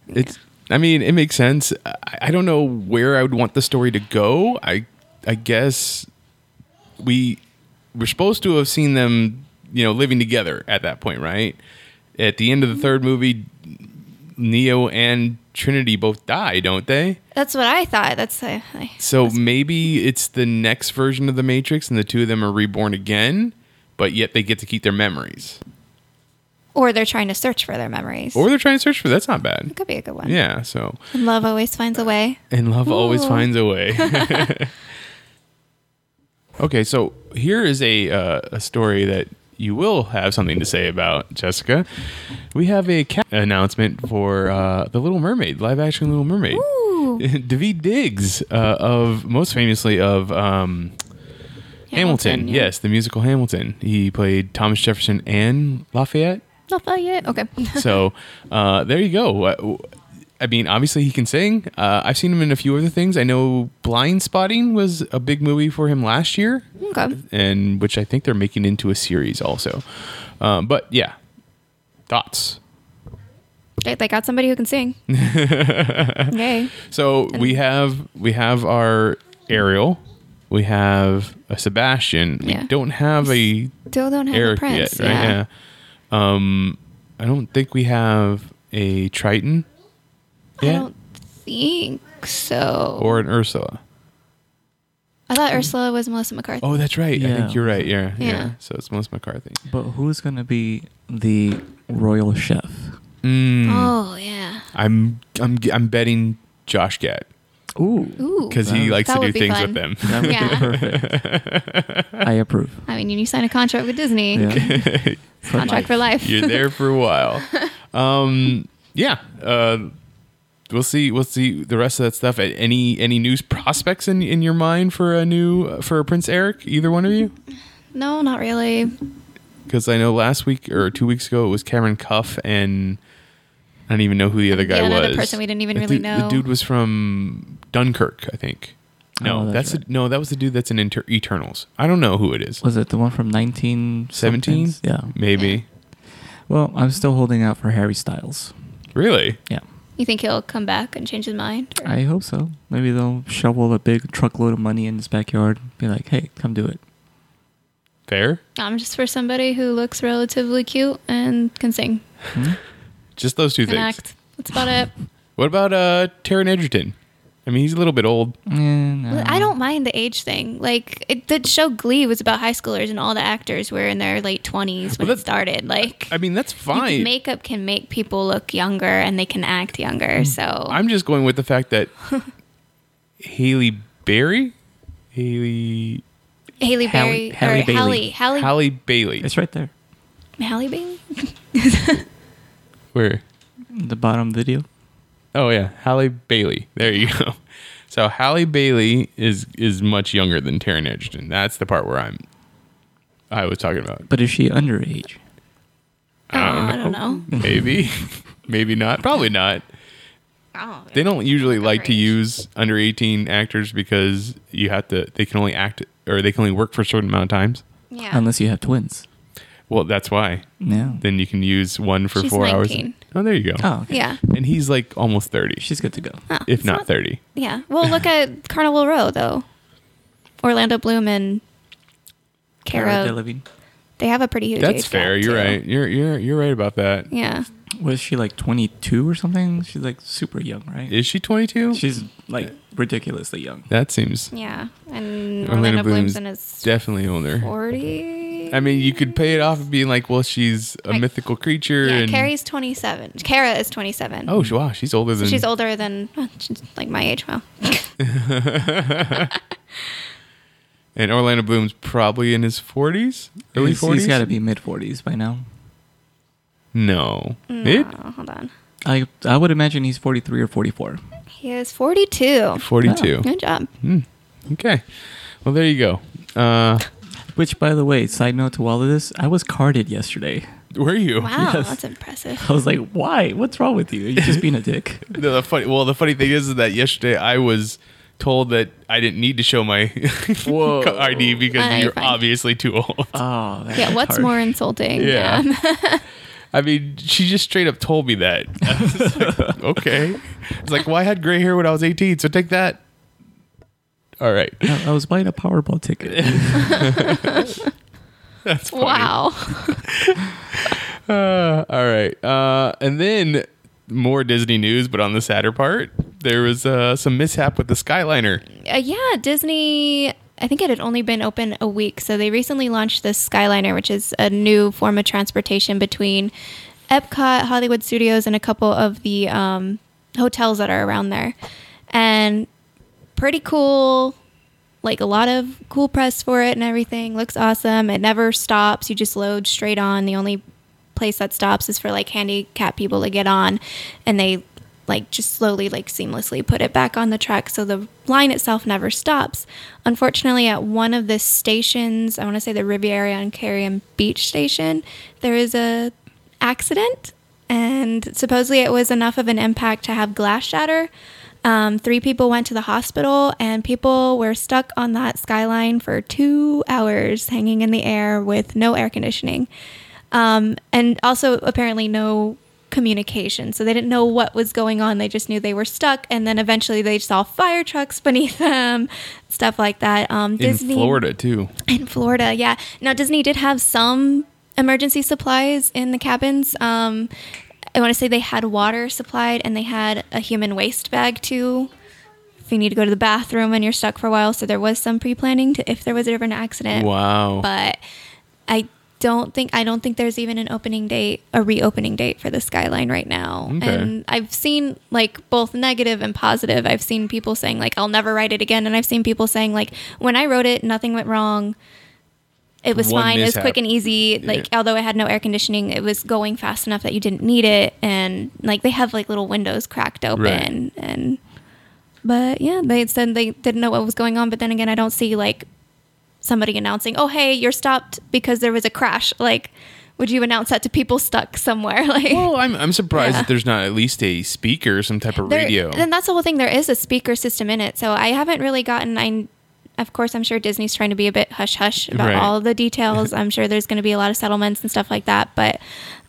Speaker 3: it's. I mean, it makes sense. I, I don't know where I would want the story to go. I I guess we we're supposed to have seen them, you know, living together at that point, right? At the end of the
Speaker 4: Mm-hmm.
Speaker 3: third movie, Neo and Trinity both die, don't they?
Speaker 4: That's what I thought. That's I, I,
Speaker 3: So maybe it's the next version of the Matrix, and the two of them are reborn again, but yet they get to keep their memories,
Speaker 4: or they're trying to search for their memories.
Speaker 3: or they're trying to search for. That's not bad.
Speaker 4: it could be a good one.
Speaker 3: Yeah. So
Speaker 4: And love always finds a way.
Speaker 3: and love always
Speaker 4: Ooh.
Speaker 3: finds a way. okay, so here is a uh, a story that you will have something to say about, Jessica. We have a ca- announcement for uh, the Little Mermaid, live action Little Mermaid.
Speaker 4: Ooh,
Speaker 3: David Diggs, uh, of most famously of um, Hamilton.
Speaker 4: yeah.
Speaker 3: Yes, the musical Hamilton. He played Thomas Jefferson and Lafayette.
Speaker 4: not that yet. oh, Okay.
Speaker 3: So uh, there you go. Uh, I mean, obviously he can sing. Uh, I've seen him in a few other things. I know Blind Spotting was a big movie for him last year,
Speaker 4: okay.
Speaker 3: and which I think they're making into a series also. Um, but yeah, thoughts.
Speaker 4: They, they got somebody who can sing. Yay.
Speaker 3: So we have we have our Ariel, we have a Sebastian.
Speaker 4: Yeah.
Speaker 3: We don't have a
Speaker 4: Still don't have a
Speaker 3: Eric
Speaker 4: prince.
Speaker 3: yet, right?
Speaker 4: yeah.
Speaker 3: Yeah. Um, I don't think we have a Triton
Speaker 4: I
Speaker 3: yet,
Speaker 4: don't think so.
Speaker 3: or an Ursula.
Speaker 4: I thought Ursula was Melissa McCarthy.
Speaker 3: Oh, that's right. I
Speaker 5: Yeah.
Speaker 3: think you're right. Yeah, yeah.
Speaker 4: Yeah.
Speaker 3: So it's Melissa McCarthy.
Speaker 5: But who's gonna be the royal chef?
Speaker 3: Mm,
Speaker 4: Oh, yeah.
Speaker 3: I'm I'm I'm betting Josh Gad
Speaker 5: Ooh,
Speaker 4: Ooh.
Speaker 3: because he
Speaker 5: Wow.
Speaker 3: likes
Speaker 4: That
Speaker 3: to do
Speaker 4: would be
Speaker 3: things
Speaker 4: fun.
Speaker 3: with them.
Speaker 5: that would be
Speaker 4: Yeah.
Speaker 5: perfect. I approve.
Speaker 4: I mean, you sign a contract with Disney,
Speaker 5: Yeah.
Speaker 4: contract for life.
Speaker 3: You're there for a while. Um, yeah. Uh, we'll see. We'll see the rest of that stuff. Any any news prospects in in your mind for a new for Prince Eric? Either one of you?
Speaker 4: no, not really.
Speaker 3: Because I know last week or two weeks ago it was Cameron Cuff and I don't even know who the other guy
Speaker 4: Yeah,
Speaker 3: was.
Speaker 4: another person we didn't even
Speaker 3: The
Speaker 4: really
Speaker 3: dude- The
Speaker 4: know.
Speaker 3: dude was from Dunkirk, I think. No,
Speaker 5: Oh,
Speaker 3: that's,
Speaker 5: that's
Speaker 3: the-
Speaker 5: right.
Speaker 3: no, that was the dude that's in Inter- Eternals. I don't know who it is.
Speaker 5: Was it the one from nineteen
Speaker 3: Seventeen,
Speaker 5: somethings? Yeah.
Speaker 3: maybe.
Speaker 5: Well, I'm still holding out for Harry Styles.
Speaker 3: Really?
Speaker 5: Yeah,
Speaker 4: You think he'll come back and change his mind? Or-
Speaker 5: I hope so. Maybe they'll shovel a big truckload of money in his backyard. Be like, hey, come do it.
Speaker 3: Fair.
Speaker 4: I'm just for somebody who looks relatively cute and can sing
Speaker 3: Just those two
Speaker 4: and
Speaker 3: things.
Speaker 4: act. That's about it.
Speaker 3: What about uh Taron Egerton? I mean, he's a little bit old.
Speaker 5: Eh, no.
Speaker 4: I don't mind the age thing. Like it, the show Glee was about high schoolers, and all the actors were in their late 20s when
Speaker 3: Well,
Speaker 4: it
Speaker 3: that-
Speaker 4: started. Like
Speaker 3: I mean, that's
Speaker 4: you can-
Speaker 3: fine.
Speaker 4: makeup can make people look younger, and they can act younger. So
Speaker 3: I'm just going with the fact that Haley Berry, Haley
Speaker 4: Haley Berry,
Speaker 5: Halle-
Speaker 4: or Halle,
Speaker 5: Halle Bailey.
Speaker 4: Halle, Halle,
Speaker 3: Halle Bailey.
Speaker 5: It's right there.
Speaker 4: Bailey.
Speaker 3: Where?
Speaker 5: The bottom video.
Speaker 3: Oh yeah, Halle Bailey. There you go. So Halle Bailey is is much younger than Taryn Edgerton. That's the part where I'm I was talking about.
Speaker 5: But is she underage?
Speaker 4: Oh, I don't know.
Speaker 3: Maybe, maybe not. Probably not.
Speaker 4: Oh,
Speaker 3: They don't usually like to
Speaker 4: Underage.
Speaker 3: use under 18 actors because you have to. They can only act or they can only work for a certain amount of times.
Speaker 4: yeah.
Speaker 5: unless you have twins.
Speaker 3: Well, that's why.
Speaker 5: No.
Speaker 3: Then you can use one for
Speaker 4: She's
Speaker 3: four
Speaker 4: 19.
Speaker 3: hours. Oh, there you go.
Speaker 5: Oh, okay.
Speaker 4: yeah.
Speaker 3: And he's like almost 30,
Speaker 5: She's good to go.
Speaker 4: Oh,
Speaker 3: if
Speaker 4: it's
Speaker 3: not 30.
Speaker 4: Yeah. Well, look at Carnival Row though. Orlando Bloom and
Speaker 5: Cara
Speaker 4: Cara,
Speaker 5: Delevingne.
Speaker 4: they have a pretty huge.
Speaker 3: That's
Speaker 4: age
Speaker 3: fair.
Speaker 4: gap,
Speaker 3: You're
Speaker 4: too.
Speaker 3: right. You're you're you're right about that.
Speaker 4: Yeah.
Speaker 5: Was she like 22 or something? She's like super young, right?
Speaker 3: Is she 22?
Speaker 5: She's like ridiculously young.
Speaker 3: that seems
Speaker 4: Yeah. And Orlando,
Speaker 3: Orlando
Speaker 4: Bloom's
Speaker 3: Bloom's
Speaker 4: in his
Speaker 3: definitely older.
Speaker 4: 40.
Speaker 3: I mean, you could pay it off of being like, well, she's a
Speaker 4: Like-
Speaker 3: mythical creature.
Speaker 4: Yeah,
Speaker 3: and
Speaker 4: Carrie's 27. Kara is 27.
Speaker 3: Oh, she- wow, she's older than.
Speaker 4: She's older than oh, she's like my age. Wow.
Speaker 3: And Orlando Bloom's probably in his 40s, early
Speaker 5: He's-
Speaker 3: 40s.
Speaker 5: he's got to be mid 40s by now.
Speaker 3: No, mid
Speaker 4: Oh, hold on.
Speaker 5: I I would imagine he's 43 or 44.
Speaker 4: He is 42.
Speaker 3: 42.
Speaker 4: Good job.
Speaker 3: Okay, well there you go. Uh,
Speaker 5: Which, by the way, side note to all of this, I was carded yesterday.
Speaker 3: where are you?
Speaker 4: Wow,
Speaker 5: Yes.
Speaker 4: that's impressive.
Speaker 5: I was like, why? What's wrong with you? Are you just being a dick?
Speaker 3: No, the funny, well, the funny thing is, is that yesterday I was told that I didn't need to show my
Speaker 5: Whoa.
Speaker 3: ID because
Speaker 4: Oh, you're
Speaker 3: you're
Speaker 4: fine.
Speaker 3: obviously too old.
Speaker 5: Oh, that's
Speaker 4: Yeah, what's
Speaker 5: harsh.
Speaker 4: more insulting?
Speaker 3: Yeah. I mean, she just straight up told me that. I was like, okay. It's like, well, I had gray hair when I was 18, so take that. All right.
Speaker 5: I, I was buying a Powerball ticket.
Speaker 3: That's funny.
Speaker 4: Wow.
Speaker 3: Uh, all right. Uh, and then more Disney news, but on the sadder part, there was uh, some mishap with the Skyliner.
Speaker 4: Uh, yeah, Disney. I think it had only been open a week, so they recently launched this Skyliner, which is a new form of transportation between Epcot, Hollywood Studios, and a couple of the um, hotels that are around there. And pretty cool, like a lot of cool press for it and everything. Looks awesome. It never stops. You just load straight on. The only place that stops is for like handicapped people to get on, and they like just slowly like seamlessly put it back on the track so the line itself never stops unfortunately at one of the stations i want to say the riviera and carrion beach station there is a accident and supposedly it was enough of an impact to have glass shatter um, three people went to the hospital and people were stuck on that skyline for two hours hanging in the air with no air conditioning um, and also apparently no communication. So they didn't know what was going on. They just knew they were stuck, and then eventually they saw fire trucks beneath them, stuff like that. Um, Disney
Speaker 3: In Florida, too.
Speaker 4: in Florida, yeah. Now Disney did have some emergency supplies in the cabins. Um, I want to say they had water supplied and they had a human waste bag too. If you need to go to the bathroom and you're stuck for a while, so there was some pre-planning to if there was ever an accident
Speaker 3: Wow.
Speaker 4: but I don't think I don't think there's even an opening date, a reopening date for the skyline right now.
Speaker 3: Okay.
Speaker 4: And I've seen like both negative and positive. I've seen people saying like I'll never ride it again and I've seen people saying like when I wrote it nothing went wrong. It was
Speaker 3: One
Speaker 4: fine. It was
Speaker 3: mishap.
Speaker 4: quick and easy. Like although it had no air conditioning, it was going fast enough that you didn't need it and like they have like little windows cracked open
Speaker 3: Right.
Speaker 4: and but yeah, they said they didn't know what was going on, but then again I don't see like somebody announcing, "Oh, hey, you're stopped because there was a crash." Like, would you announce that to people stuck somewhere? Like,
Speaker 3: well, Oh, I'm, I'm surprised
Speaker 4: Yeah.
Speaker 3: that there's not at least a speaker, some type of
Speaker 4: there-
Speaker 3: radio.
Speaker 4: Then that's the whole thing. There is a speaker system in it, so I haven't really gotten. I, of course, I'm sure Disney's trying to be a bit hush hush about
Speaker 3: Right.
Speaker 4: all the details. I'm sure there's going to be a lot of settlements and stuff like that, but.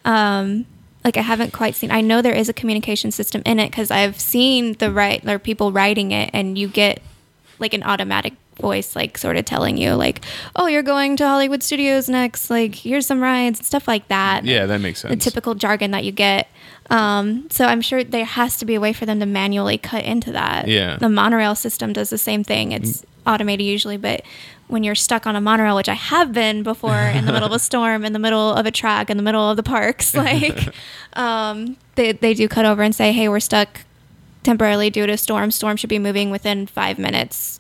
Speaker 4: Um, like I haven't quite seen. I know there is a communication system in it because I've seen the right or people writing it, and you get like an automatic voice like sort of telling you like oh you're going to hollywood studios next like here's some rides and stuff like that
Speaker 3: yeah, that makes sense.
Speaker 4: the typical jargon that you get. Um, so I'm sure there has to be a way for them to manually cut into that.
Speaker 3: Yeah. Mm.
Speaker 4: The monorail system does the same thing. It's automated usually, but when you're stuck on a monorail, which I have been before, in the middle of a storm, in the middle of a track, in the middle of the parks, like um, they they do cut over and say, "Hey, we're stuck temporarily due to a storm. Storm should be moving within five minutes,"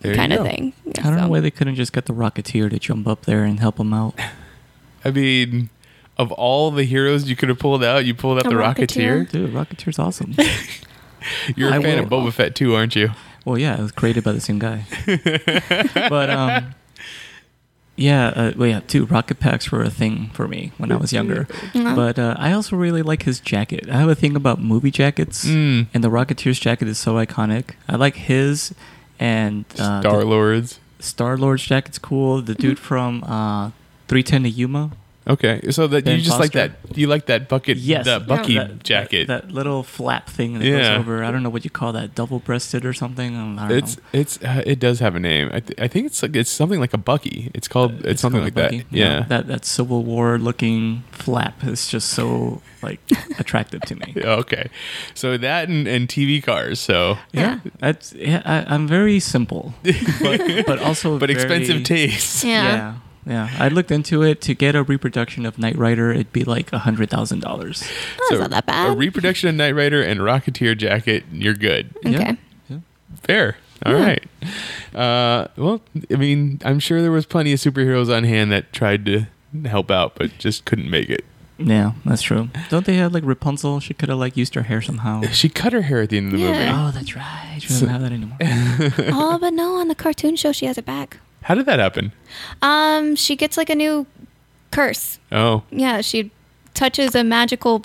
Speaker 3: There you
Speaker 4: kind of
Speaker 3: go.
Speaker 4: thing.
Speaker 5: I don't know
Speaker 4: So-
Speaker 5: why they couldn't just get the Rocketeer to jump up there and help him out.
Speaker 3: I mean, of all the heroes you could have pulled out, you pulled out
Speaker 4: A
Speaker 3: the
Speaker 4: Rocketeer.
Speaker 3: Rocketeer.
Speaker 5: Dude, Rocketeer's awesome.
Speaker 3: You're a
Speaker 5: I
Speaker 3: fan of
Speaker 5: will-
Speaker 3: Boba Fett too, aren't you?
Speaker 5: Well, yeah, it was created by the same guy. but um, Yeah, uh, well, yeah, too. Rocket packs were a thing for me when I was younger. But uh, I also really like his jacket. I have a thing about movie jackets,
Speaker 3: Mm.
Speaker 5: and the Rocketeer's jacket is so iconic. I like his and uh,
Speaker 3: Star Lords.
Speaker 5: Star Lord's jacket's cool. The dude from uh, 310 to Yuma.
Speaker 3: Okay, so that
Speaker 5: Ben
Speaker 3: you just like
Speaker 5: Foster.
Speaker 3: that. You like that bucket?
Speaker 5: Yes,
Speaker 3: that Bucky
Speaker 5: that- that-
Speaker 3: jacket.
Speaker 5: That, little flap thing that
Speaker 3: Yeah.
Speaker 5: goes over. I don't know what you call that, double breasted or something. I don't, I don't
Speaker 3: it's
Speaker 5: know.
Speaker 3: it's uh, it does have a name. I, th- I think it's like it's something like a Bucky. It's called it's, something
Speaker 5: Uh, called
Speaker 3: like
Speaker 5: a
Speaker 3: that.
Speaker 5: Bucky.
Speaker 3: Yeah.
Speaker 5: that that Civil War looking flap is just so like attractive to me.
Speaker 3: Okay, so that and, and TV cars. So
Speaker 5: Yeah, that's yeah. I, I'm very simple, but, but also
Speaker 3: but expensive
Speaker 5: very-
Speaker 3: tastes.
Speaker 4: Yeah.
Speaker 5: Yeah. yeah, I looked into it to get a reproduction of Knight Rider. It'd be like a hundred thousand dollars.
Speaker 4: That's Oh, not that
Speaker 3: A
Speaker 4: bad.
Speaker 3: reproduction of Knight Rider and Rocketeer jacket. You're good.
Speaker 4: Okay.
Speaker 3: Fair. All right. Uh, well, I mean, I'm sure there was plenty of superheroes on hand that tried to help out, but just couldn't make it.
Speaker 5: Yeah, that's true. Don't they have like Rapunzel? She could have like used her hair somehow.
Speaker 3: She cut her hair at the end of the
Speaker 4: Yeah.
Speaker 3: movie.
Speaker 5: Oh, that's right. She doesn't have that anymore.
Speaker 4: oh, but no, on the cartoon show she has it back.
Speaker 3: How did that happen?
Speaker 4: Um, she gets like a new curse.
Speaker 3: Oh,
Speaker 4: Yeah, she touches a magical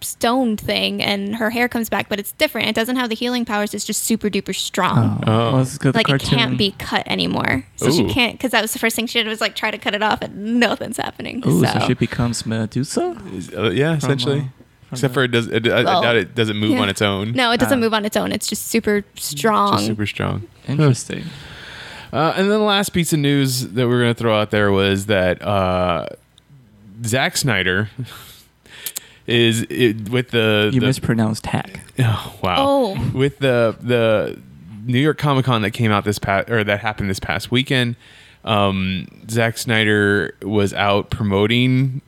Speaker 4: stone thing and her hair comes back, but it's different. It doesn't have the healing powers. It's just super duper strong.
Speaker 3: oh.
Speaker 5: Well, it's 'cause Oh. the
Speaker 4: Like it
Speaker 5: cartoon-
Speaker 4: can't be cut anymore, so
Speaker 3: Ooh.
Speaker 4: she can't. Because that was the first thing she did was like try to cut it off, and nothing's happening.
Speaker 5: Ooh, so.
Speaker 4: so
Speaker 5: she becomes Medusa.
Speaker 3: Uh, yeah,
Speaker 5: From,
Speaker 3: essentially.
Speaker 5: uh, from
Speaker 3: Except
Speaker 5: the-
Speaker 3: for it does. It, I, I
Speaker 4: Well,
Speaker 3: doubt it doesn't move
Speaker 4: yeah.
Speaker 3: on its own.
Speaker 4: No, it doesn't
Speaker 5: Ah.
Speaker 4: move on its own. It's just super strong.
Speaker 3: Just super strong.
Speaker 5: Interesting.
Speaker 3: Uh, and then the last piece of news that we are going to throw out there was that uh, Zack Snyder is it, with the,
Speaker 5: You
Speaker 3: the-
Speaker 5: mispronounced hack.
Speaker 3: oh, wow
Speaker 4: Oh.
Speaker 3: with the the New York Comic Con that came out this past or that happened this past weekend. Um, Zack Snyder was out promoting,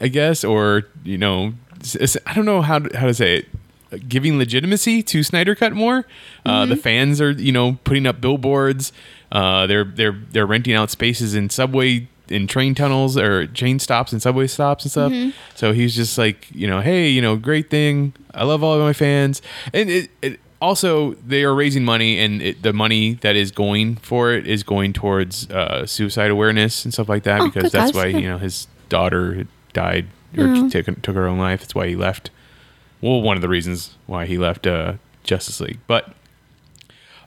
Speaker 3: I guess, or you know, s- s- I don't know how to, how to say it. Uh, Giving legitimacy to Snyder Cut more, uh, the fans are you know putting up billboards. Uh, they're they're they're renting out spaces in subway in train tunnels or train stops and subway stops and stuff.
Speaker 4: Mm-hmm.
Speaker 3: So he's just like, you know, hey, you know, great thing. I love all of my fans. And it, it also they are raising money, and it, the money that is going for it is going towards uh, suicide awareness and stuff like that
Speaker 4: Oh,
Speaker 3: because
Speaker 4: good Oh.
Speaker 3: that's
Speaker 4: guys.
Speaker 3: why
Speaker 4: Yeah.
Speaker 3: you know his daughter died or took took her own life. That's why he left. Well, one of the reasons why he left uh, Justice League, but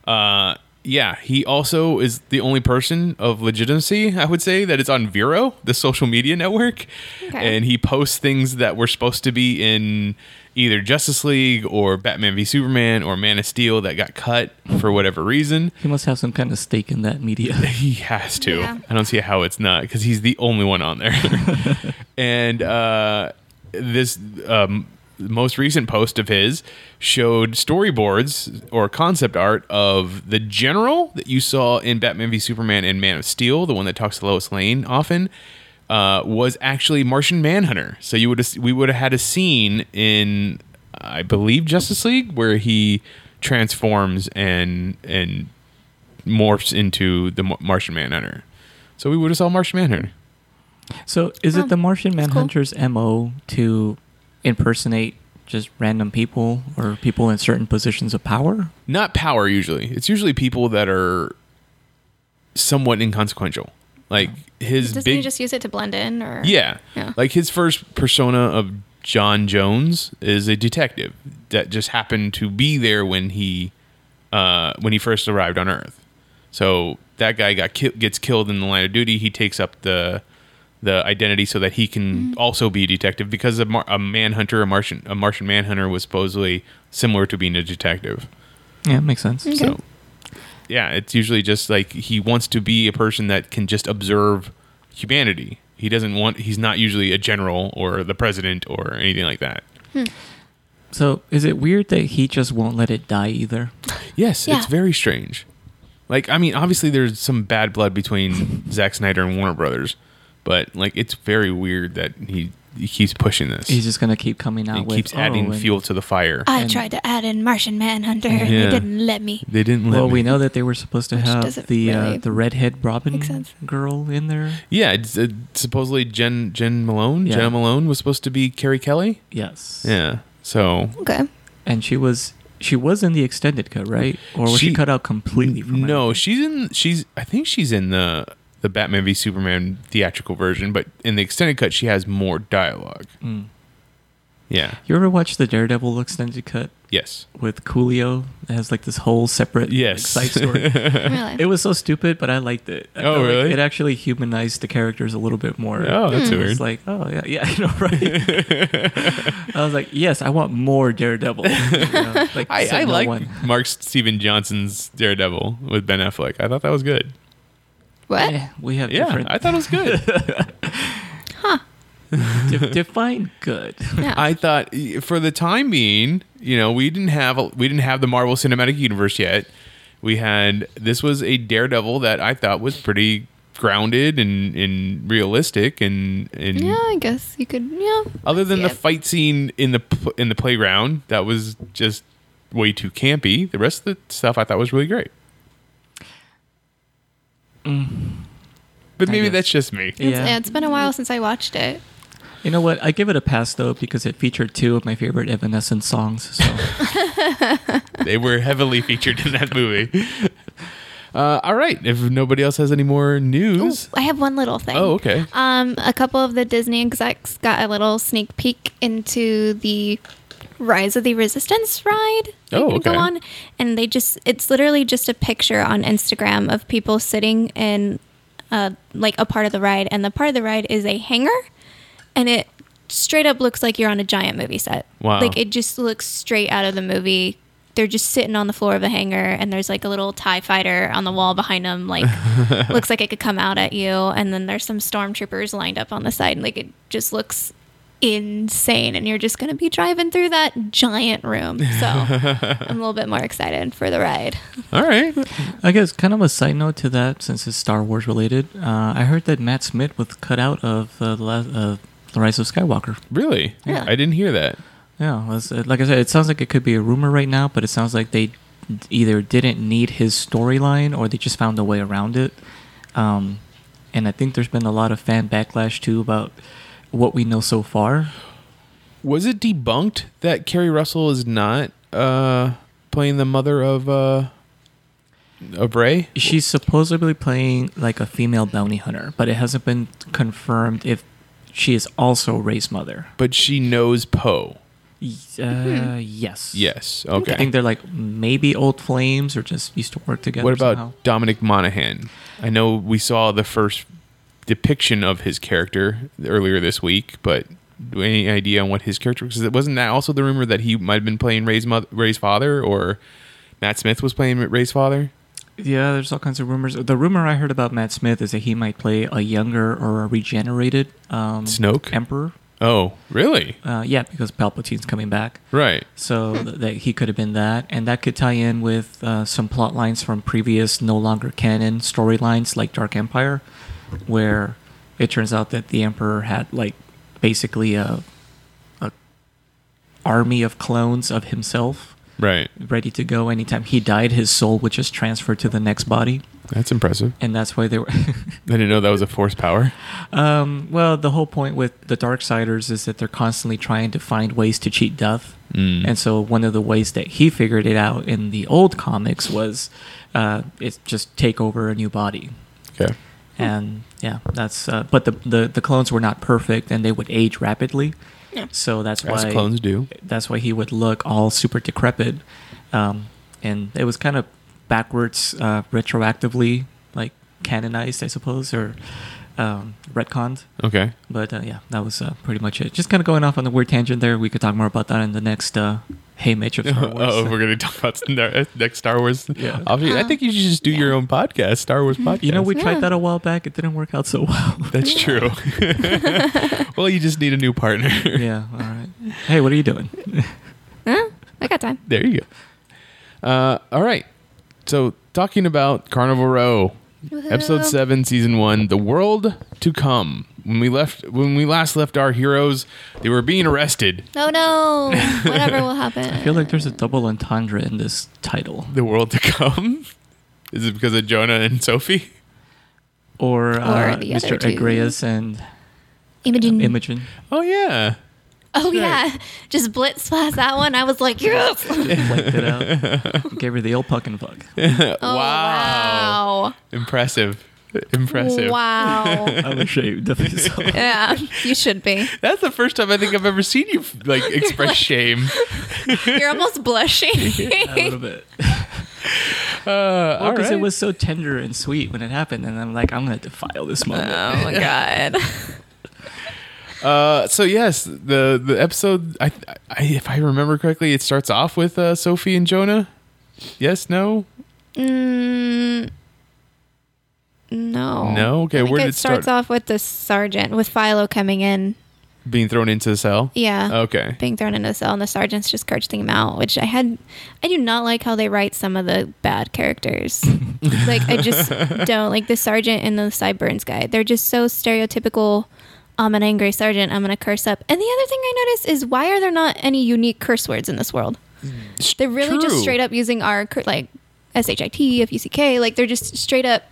Speaker 3: uh, yeah, he also is the only person of legitimacy, I would say, that is on Vero, the social media network.
Speaker 4: Okay.
Speaker 3: And he posts things that were supposed to be in either Justice League or Batman v Superman or Man of Steel that got cut for whatever reason.
Speaker 5: He must have some kind of stake in that media.
Speaker 3: He has to.
Speaker 4: Yeah.
Speaker 3: I don't see how it's not because he's the only one on there. and uh, this um, most recent post of his showed storyboards or concept art of the general that you saw in Batman v Superman and Man of Steel, the one that talks to Lois Lane often. Uh, was actually Martian Manhunter, so you would have we would have had a scene in, I believe Justice League where he transforms and and morphs into the Mar- Martian Manhunter. So we would have saw Martian Manhunter.
Speaker 5: So is
Speaker 4: Oh,
Speaker 5: it the Martian
Speaker 4: that's cool.
Speaker 5: Manhunter's MO to impersonate just random people or people in certain positions of power?
Speaker 3: Not power usually. It's usually people that are somewhat inconsequential. Like his
Speaker 4: Doesn't
Speaker 3: big
Speaker 4: he just use it to blend in, or
Speaker 3: yeah.
Speaker 4: Yeah.
Speaker 3: Like his first persona of John Jones is a detective that just happened to be there when he uh, when he first arrived on Earth. So that guy got ki- gets killed in the line of duty. He takes up the the identity so that he can also be a detective because a, mar- a manhunter, a Martian, a Martian manhunter was supposedly similar to being a detective.
Speaker 5: Yeah, makes sense.
Speaker 4: Okay.
Speaker 3: So, yeah, it's usually just like he wants to be a person that can just observe humanity. He doesn't want. He's not usually a general or the president or anything like that.
Speaker 5: So is it weird that he just won't let it die either?
Speaker 3: Yes, it's
Speaker 4: Yeah.
Speaker 3: very strange. Like, I mean, obviously there's some bad blood between Zack Snyder and Warner Brothers, but like it's very weird that he, he keeps pushing this.
Speaker 5: He's just gonna keep coming out
Speaker 3: he
Speaker 5: with
Speaker 3: keeps
Speaker 5: "Oh,
Speaker 3: adding
Speaker 5: and-
Speaker 3: fuel to the fire.
Speaker 4: I
Speaker 5: And-
Speaker 4: tried to add in Martian Manhunter, and
Speaker 3: Yeah.
Speaker 4: they didn't let me.
Speaker 3: they didn't let
Speaker 5: Well,
Speaker 3: me-
Speaker 5: we know that they were supposed to
Speaker 4: Which
Speaker 5: have
Speaker 4: doesn't
Speaker 5: the uh,
Speaker 4: really
Speaker 5: the redhead Robin
Speaker 4: make sense.
Speaker 5: girl in there.
Speaker 3: Yeah, it's, uh, supposedly Jen Jen Malone,
Speaker 5: Yeah.
Speaker 3: Jenna Malone was supposed to be Carrie Kelly.
Speaker 5: Yes.
Speaker 3: Yeah. So
Speaker 4: Okay.
Speaker 5: And she was she was in the extended cut, right? Or was she,
Speaker 3: She-
Speaker 5: cut out completely from
Speaker 3: no,
Speaker 5: everything?
Speaker 3: she's in. She's. I think she's in the the Batman v Superman theatrical version, but in the extended cut, she has more dialogue. Yeah.
Speaker 5: Mm. You ever watch the Daredevil extended cut
Speaker 3: Yes.
Speaker 5: with Coolio? It has like this whole separate like,
Speaker 3: Yes.
Speaker 5: side story.
Speaker 4: Really?
Speaker 5: it was so stupid, but I liked it. I
Speaker 3: Oh,
Speaker 5: felt like
Speaker 3: really?
Speaker 5: it actually humanized the characters a little bit more.
Speaker 3: Oh, that's
Speaker 5: It was
Speaker 3: weird.
Speaker 5: like, oh yeah, yeah, you know, right? I was like, yes, I want more Daredevil. You know, like
Speaker 3: I, I
Speaker 5: Sentinel
Speaker 3: like
Speaker 5: One.
Speaker 3: Mark Steven Johnson's Daredevil with Ben Affleck. I thought that was good.
Speaker 4: What?
Speaker 5: Eh, we have
Speaker 3: Yeah,
Speaker 5: different.
Speaker 3: I thought it was good.
Speaker 5: de- define good.
Speaker 4: No.
Speaker 3: I thought y- for the time being, you know, we didn't have a- we didn't have the Marvel Cinematic Universe yet. We had this was a Daredevil that I thought was pretty grounded and, and realistic and and
Speaker 4: yeah, I guess you could. Yeah.
Speaker 3: other than the
Speaker 4: Yeah.
Speaker 3: fight scene in the pl- in the playground that was just way too campy. The rest of the stuff I thought was really great. But
Speaker 5: Mm. I
Speaker 3: maybe
Speaker 5: guess.
Speaker 3: that's just me.
Speaker 4: It's,
Speaker 5: Yeah.
Speaker 4: it's been a while since I watched it.
Speaker 5: You know what? I give it a pass though because it featured two of my favorite Evanescence songs. So
Speaker 3: they were heavily featured in that movie. Uh, all right. If nobody else has any more news.
Speaker 4: I have one little thing.
Speaker 3: Oh, okay.
Speaker 4: Um, a couple of the Disney execs got a little sneak peek into the Rise of the Resistance ride. they
Speaker 3: Oh,
Speaker 4: can Go
Speaker 3: okay.
Speaker 4: on, and they just—it's literally just a picture on Instagram of people sitting in, uh, like a part of the ride, and the part of the ride is a hangar, and it straight up looks like you're on a giant movie set.
Speaker 3: Wow.
Speaker 4: Like it just looks straight out of the movie. They're just sitting on the floor of a hangar, and there's like a little Tie Fighter on the wall behind them, like looks like it could come out at you and then there's some stormtroopers lined up on the side like it just looks insane and you're just going to be driving through that giant room so i'm a little bit more excited for the ride
Speaker 3: Oh, All right.
Speaker 5: I guess kind of a side note to that, since it's Star Wars related. Uh, I heard that Matt Smith was cut out of uh, the last, uh, the Rise of Skywalker.
Speaker 3: Really?
Speaker 4: Yeah.
Speaker 3: I didn't hear that.
Speaker 5: Yeah, it was- uh, like I said, it sounds like it could be a rumor right now, but it sounds like they d- either didn't need his storyline or they just found a way around it. Um, and I think there's been a lot of fan backlash too about what we know so far.
Speaker 3: Was it debunked that Carrie Russell is not uh, playing the mother of uh, of Ray?
Speaker 5: She's supposedly playing like a female bounty hunter, but it hasn't been confirmed if she is also Ray's mother.
Speaker 3: But she knows Poe.
Speaker 5: Y- Uh, Yes.
Speaker 3: Yes. Okay.
Speaker 5: I think they're like maybe old flames or just used to work together.
Speaker 3: what about
Speaker 5: somehow.
Speaker 3: Dominic Monaghan? I know we saw the first depiction of his character earlier this week, but do you have any idea on what his character was? Wasn't that also the rumor that he might have been playing Ray's mother, Ray's father, or Matt Smith was playing Ray's father?
Speaker 5: Yeah, there's all kinds of rumors. The rumor I heard about Matt Smith is that he might play a younger or a regenerated um,
Speaker 3: Snoke?
Speaker 5: Emperor.
Speaker 3: Oh, really?
Speaker 5: Uh, yeah, because Palpatine's coming back.
Speaker 3: Right.
Speaker 5: So th- that he could have been that, and that could tie in with uh, some plot lines from previous no longer canon storylines like Dark Empire, where it turns out that the Emperor had like basically a, a army of clones of himself
Speaker 3: Right.
Speaker 5: ready to go anytime he died his soul would just transfer to the next body
Speaker 3: That's impressive.
Speaker 5: and that's why they were
Speaker 3: I didn't know that was a force power.
Speaker 5: um, well the whole point with the darksiders is that they're constantly trying to find ways to cheat death
Speaker 3: Mm.
Speaker 5: Mm-hmm. and so one of the ways that he figured it out in the old comics was uh, it's just take over a new body
Speaker 3: Okay.
Speaker 5: and yeah that's uh, but the, the the clones were not perfect and they would age rapidly so that's
Speaker 3: As
Speaker 5: why
Speaker 3: clones do.
Speaker 5: that's why he would look all super decrepit um, and it was kind of backwards uh, retroactively like canonized i suppose or um, retconned
Speaker 3: Okay.
Speaker 5: but uh, yeah that was uh, pretty much it just kind of going off on the weird tangent there we could talk more about that in the next uh, hey mitch of Star Wars.
Speaker 3: Oh, we're gonna talk about Star- next Star Wars.
Speaker 5: Yeah.
Speaker 3: Obviously, I think you should just do your own podcast, Star Wars podcast.
Speaker 5: you know we
Speaker 4: Yeah.
Speaker 5: tried that a while back it didn't work out so well
Speaker 3: That's true. well, you just need a new partner.
Speaker 5: yeah all right hey what are you doing
Speaker 4: huh? i got time
Speaker 3: There you go. Uh, all right. So, talking about Carnival Row, episode seven, season one, the world to come. When we left, when we last left our heroes, they were being arrested.
Speaker 4: no Oh, no whatever will happen
Speaker 5: i feel like there's a double entendre in this title
Speaker 3: The world to come. Is it because of Jonah and Sophie?
Speaker 5: or, uh,
Speaker 4: the other
Speaker 5: mr
Speaker 4: two.
Speaker 5: Egreas and
Speaker 4: imogen
Speaker 5: imogen
Speaker 3: Oh yeah.
Speaker 4: oh yeah just blitz past that one i was like yes
Speaker 5: blanked it out. Gave her the old puck and fuck.
Speaker 4: oh wow,
Speaker 3: Impressive. Impressive.
Speaker 4: Wow.
Speaker 5: I'm ashamed of myself.
Speaker 4: yeah, you should be.
Speaker 3: That's the first time I think I've ever seen you like express shame.
Speaker 4: You're almost
Speaker 5: a
Speaker 4: blushing.
Speaker 5: little bit.
Speaker 3: Uh, all
Speaker 5: Because
Speaker 3: right.
Speaker 5: it was so tender and sweet when it happened, and I'm like, I'm gonna defile this moment.
Speaker 4: oh my god.
Speaker 3: Uh, so yes, the the episode. I, I if I remember correctly, it starts off with uh, Sophie and Jonah. Yes. No.
Speaker 4: Mm, no.
Speaker 3: No? Okay,
Speaker 4: Oh, I think
Speaker 3: where did
Speaker 4: it,
Speaker 3: it start?
Speaker 4: starts off with the sergeant with Philo coming in.
Speaker 3: Being thrown into the cell.
Speaker 4: Yeah.
Speaker 3: Okay.
Speaker 4: Being thrown into the cell, and the sergeant's just cursing him out, which I had. I do not like how they write some of the bad characters. like, I just don't. Like, the sergeant and the Cyburns guy, they're just so stereotypical. I'm an angry sergeant. I'm going to curse up. And the other thing I noticed is why are there not any unique curse words in this world? They're really
Speaker 3: Mm, True.
Speaker 4: just straight up using our, cur- like, S H I T, F U C K. Like, they're just straight up